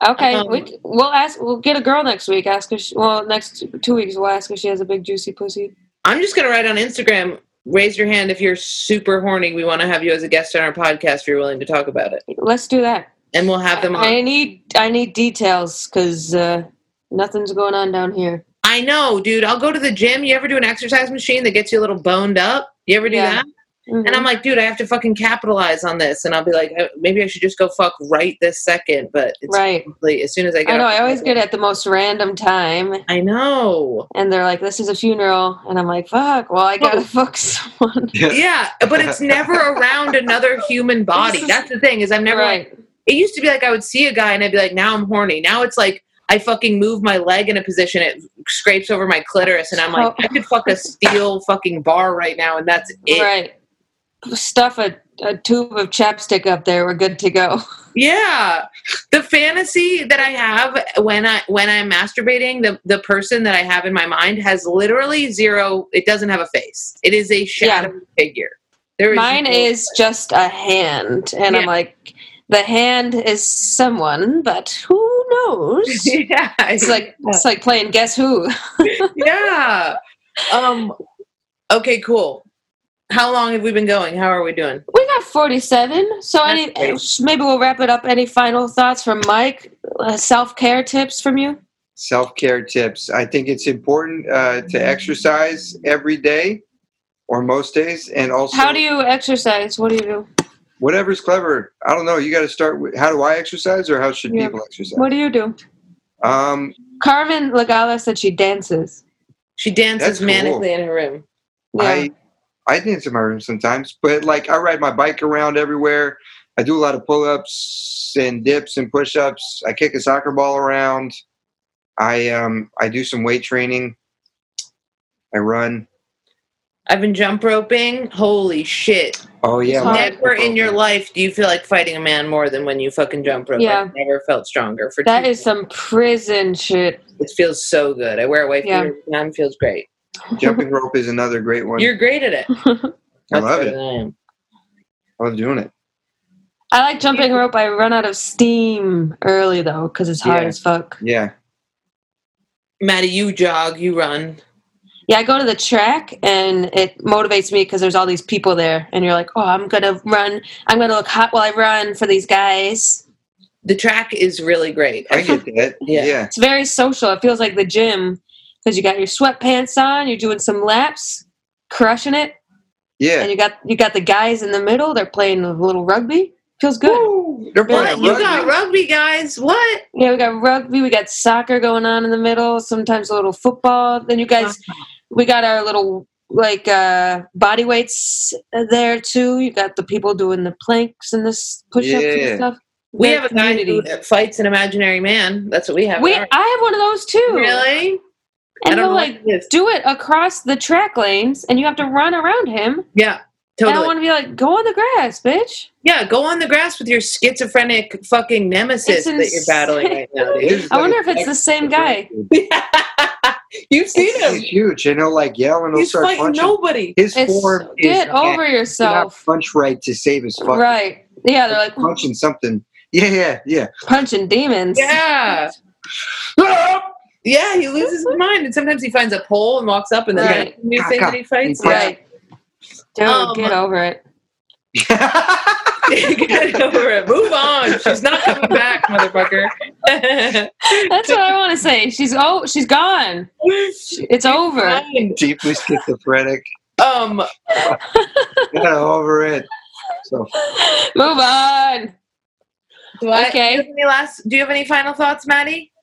Speaker 4: Okay,
Speaker 3: Um,
Speaker 4: we, we'll ask. We'll get a girl next week. Ask her. She, well, next two weeks we'll ask if she has a big juicy pussy.
Speaker 3: I'm just gonna write on Instagram. Raise your hand if you're super horny. We want to have you as a guest on our podcast. If you're willing to talk about it,
Speaker 4: Let's do that.
Speaker 3: and we'll have them on.
Speaker 4: I need I need details because uh, nothing's going on down here.
Speaker 3: I know, dude. I'll go to the gym. You ever do an exercise machine that gets you a little boned up? You ever do
Speaker 4: Yeah.
Speaker 3: that?
Speaker 4: Mhm.
Speaker 3: And I'm like, dude, I have to fucking capitalize on this. And I'll be like, I- maybe I should just go fuck right this second. But it's
Speaker 4: right.
Speaker 3: probably- as soon as I get,
Speaker 4: I know.
Speaker 3: off-
Speaker 4: I always get at the most random time.
Speaker 3: I know.
Speaker 4: and they're like, "This is a funeral," and I'm like, "Fuck! Well, I gotta
Speaker 3: Oh.
Speaker 4: fuck someone."
Speaker 3: Yeah, but it's never around another human body. That's the thing is, I'm never. Like,
Speaker 4: right?
Speaker 3: it used to be like I would see a guy and I'd be like, now I'm horny. Now it's like I fucking move my leg in a position, it scrapes over my clitoris, and I'm like,
Speaker 4: Oh.
Speaker 3: I could fuck a steel fucking bar right now, and that's it.
Speaker 4: Right. Stuff a, a tube of chapstick up there. We're good to go.
Speaker 3: Yeah. The fantasy that I have when I when I'm masturbating, the the person that I have in my mind has literally zero it doesn't have a face. It is a shadow figure. There is
Speaker 4: Mine
Speaker 3: no-
Speaker 4: is just a hand, and I'm
Speaker 3: Yeah.
Speaker 4: like, the hand is someone, but who knows?
Speaker 3: Yeah.
Speaker 4: It's like it's like playing guess who.
Speaker 3: Yeah. Um okay, cool. How long have we been going? How are we doing?
Speaker 4: We got 47. So any
Speaker 3: great.
Speaker 4: maybe we'll wrap it up. Any final thoughts from Mike? Uh, Self care tips from you?
Speaker 5: Self care tips. I think it's important uh, to exercise every day or most days, and also
Speaker 4: How do you exercise? What do you do?
Speaker 5: whatever's clever. I don't know. You got to start with how do I exercise or how should
Speaker 4: Yeah.
Speaker 5: people exercise?
Speaker 4: What do you do?
Speaker 5: Um,
Speaker 4: Carmen Lagala said she dances.
Speaker 3: She dances
Speaker 5: That's cool.
Speaker 3: manically in her room.
Speaker 4: Yeah.
Speaker 5: I I dance in my room sometimes, but like I ride my bike around everywhere. I do a lot of pull ups and dips and push ups. I kick a soccer ball around. I um I do some weight training. I run.
Speaker 3: I've been jump roping. Holy shit.
Speaker 5: Oh yeah,
Speaker 4: It's hard.
Speaker 3: Never in your life do you feel like fighting a man more than when you fucking jump rope.
Speaker 4: Yeah.
Speaker 3: I've never felt stronger for
Speaker 4: that
Speaker 3: two
Speaker 4: is some prison shit.
Speaker 3: It feels so good. I wear a white
Speaker 4: Yeah.
Speaker 3: yeah. time. It feels great.
Speaker 5: Jumping rope is another great one.
Speaker 3: You're great at it.
Speaker 5: I love
Speaker 3: better
Speaker 5: it.
Speaker 3: than I am.
Speaker 5: I love doing it.
Speaker 4: I like jumping rope. I run out of steam early though, because it's hard
Speaker 5: Yeah.
Speaker 4: as fuck.
Speaker 5: Yeah.
Speaker 3: Maddie, you jog, you run.
Speaker 4: Yeah, I go to the track and it motivates me because there's all these people there, and you're like, oh, I'm gonna run. I'm gonna look hot while I run for these guys.
Speaker 3: The track is really great.
Speaker 5: I get that.
Speaker 3: Yeah.
Speaker 5: yeah.
Speaker 4: It's very social. It feels like the gym because you got your sweatpants on, you're doing some laps, crushing it,
Speaker 5: Yeah.
Speaker 4: and you got you got the guys in the middle. They're playing a little rugby. Feels good.
Speaker 5: They're
Speaker 3: What?
Speaker 5: playing
Speaker 3: You
Speaker 5: rugby.
Speaker 3: got rugby, guys. What?
Speaker 4: Yeah, we got rugby, we got soccer going on in the middle, sometimes a little football. Then you guys, we got our little like uh body weights there too. You got the people doing the planks and this push ups
Speaker 5: Yeah.
Speaker 4: and stuff.
Speaker 3: We
Speaker 4: Very
Speaker 3: have a guy who
Speaker 4: community.
Speaker 3: fights an imaginary man. That's what we have.
Speaker 4: We,
Speaker 3: All right.
Speaker 4: I have one of those too.
Speaker 3: really?
Speaker 4: And
Speaker 3: I don't
Speaker 4: they'll
Speaker 3: know.
Speaker 4: like
Speaker 3: what it is.
Speaker 4: do it across the track lanes, and you have to run around him.
Speaker 3: Yeah,
Speaker 4: And I
Speaker 3: totally.
Speaker 4: want to be like, go on the grass, bitch.
Speaker 3: yeah, go on the grass with your schizophrenic fucking nemesis
Speaker 4: It's
Speaker 3: that you're battling right now,
Speaker 5: It
Speaker 3: dude.
Speaker 5: is
Speaker 4: I
Speaker 5: like
Speaker 4: wonder
Speaker 5: a
Speaker 4: if it's the
Speaker 5: sex-
Speaker 4: same guy.
Speaker 3: You've seen
Speaker 5: He's
Speaker 3: him.
Speaker 5: huge, and he'll like yell and he'll
Speaker 3: He's
Speaker 5: start
Speaker 3: fighting
Speaker 5: punching.
Speaker 3: nobody.
Speaker 5: His
Speaker 4: It's
Speaker 5: form is
Speaker 4: get over
Speaker 5: not
Speaker 4: yourself,
Speaker 5: punch right to save his fucking
Speaker 4: right? Yeah, they're like
Speaker 5: punching something. Yeah, yeah, yeah.
Speaker 4: punching demons.
Speaker 3: Yeah. Yeah, he loses his mind, and sometimes he finds a pole and walks up, and then
Speaker 4: Right.
Speaker 3: that's the new thing that he fights.
Speaker 5: Right.
Speaker 4: Dude,
Speaker 3: Um,
Speaker 4: get over it.
Speaker 3: Yeah. Get over it. Move on. She's not coming back, motherfucker.
Speaker 4: That's what I want to say. She's oh, she's gone. It's over.
Speaker 3: Fine.
Speaker 5: Deeply schizophrenic.
Speaker 3: um,
Speaker 5: Get over it. So
Speaker 4: Move on.
Speaker 3: do I-
Speaker 4: Okay.
Speaker 3: Do you have any last? Do you have any final thoughts, Maddie?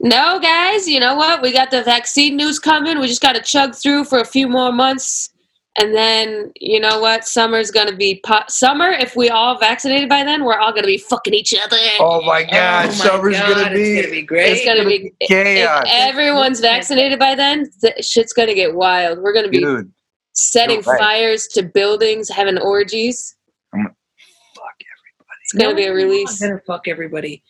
Speaker 4: No, guys, you know what? We got the vaccine news coming. We just got to chug through for a few more months, And then you know what? Summer's gonna be po- summer. If we all vaccinated by then, we're all gonna be fucking each other.
Speaker 5: Oh my God,
Speaker 3: my
Speaker 5: summer's
Speaker 3: God,
Speaker 5: gonna be,
Speaker 3: it's gonna be great.
Speaker 4: it's gonna be.
Speaker 5: chaos,
Speaker 4: If everyone's vaccinated by then, th- shit's gonna get wild. We're gonna be
Speaker 5: dude.
Speaker 4: setting
Speaker 5: You're right.
Speaker 4: fires to buildings, having orgies.
Speaker 5: I'm gonna
Speaker 4: It's gonna be a release.
Speaker 3: I'm gonna fuck everybody.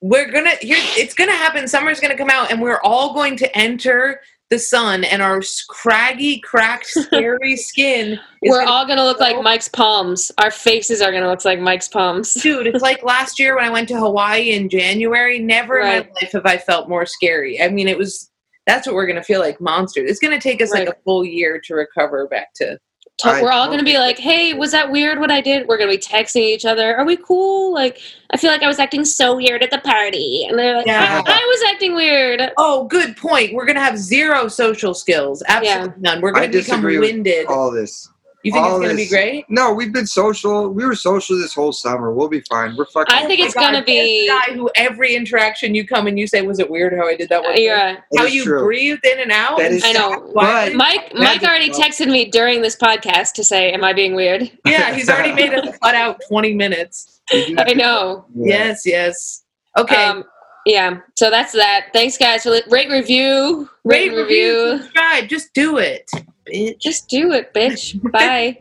Speaker 3: We're gonna here. It's gonna happen. Summer's gonna come out, and we're all going to enter the sun, and our scraggy, cracked, scary skin. Is
Speaker 4: We're
Speaker 3: gonna-
Speaker 4: all gonna look
Speaker 3: grow.
Speaker 4: like Mike's palms. Our faces are gonna look like Mike's palms.
Speaker 3: dude. It's like last year when I went to Hawaii in January. Never in
Speaker 4: Right.
Speaker 3: my life have I felt more scary. I mean, it was. That's what we're gonna feel like monsters. It's gonna take us like
Speaker 4: Right.
Speaker 3: a full year to recover back to.
Speaker 4: To-
Speaker 5: I
Speaker 4: We're all
Speaker 5: totally
Speaker 4: gonna be like, "Hey, was that weird what I did?" We're gonna be texting each other. Are we cool? Like, I feel like I was acting so weird at the party, and they're like,
Speaker 3: Yeah.
Speaker 4: "I was acting weird."
Speaker 3: Oh, good point. We're gonna have zero social skills. Absolutely none. We're
Speaker 5: I
Speaker 3: gonna become
Speaker 5: disagree with
Speaker 3: winded.
Speaker 5: All this.
Speaker 3: you think it's
Speaker 5: all
Speaker 3: gonna be
Speaker 5: this.
Speaker 3: great?
Speaker 5: No, we've been social. We were social this whole summer. We'll be fine. We're fucking.
Speaker 4: I think
Speaker 3: Oh my
Speaker 4: it's gonna
Speaker 3: God,
Speaker 4: be-
Speaker 3: this guy who every interaction you come and you say, "Was it weird how I did that one?" thing?"
Speaker 4: Yeah,
Speaker 3: How
Speaker 5: That is
Speaker 3: you
Speaker 5: true.
Speaker 3: breathed in and out.
Speaker 5: That is
Speaker 4: I know.
Speaker 5: But-
Speaker 3: Why-
Speaker 4: Mike. Mike
Speaker 5: Magic
Speaker 4: already
Speaker 5: Mom.
Speaker 4: texted me during this podcast to say, "Am I being weird?"
Speaker 3: yeah, he's already made us cut out twenty minutes.
Speaker 5: We do-
Speaker 4: I know.
Speaker 5: Yeah.
Speaker 3: Yes, yes. Okay.
Speaker 4: Um, yeah. So that's that. Thanks, guys. For li- rate, review,
Speaker 3: Rate,
Speaker 4: rate, and review.
Speaker 3: subscribe. Just do it, bitch.
Speaker 4: Just do it, bitch. Bye.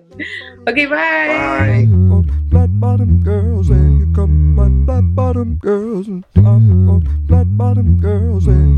Speaker 3: Okay,
Speaker 5: Bye.
Speaker 2: on flat bottom girls, and here come my flat bottom girls. And I'm on flat bottom girls, and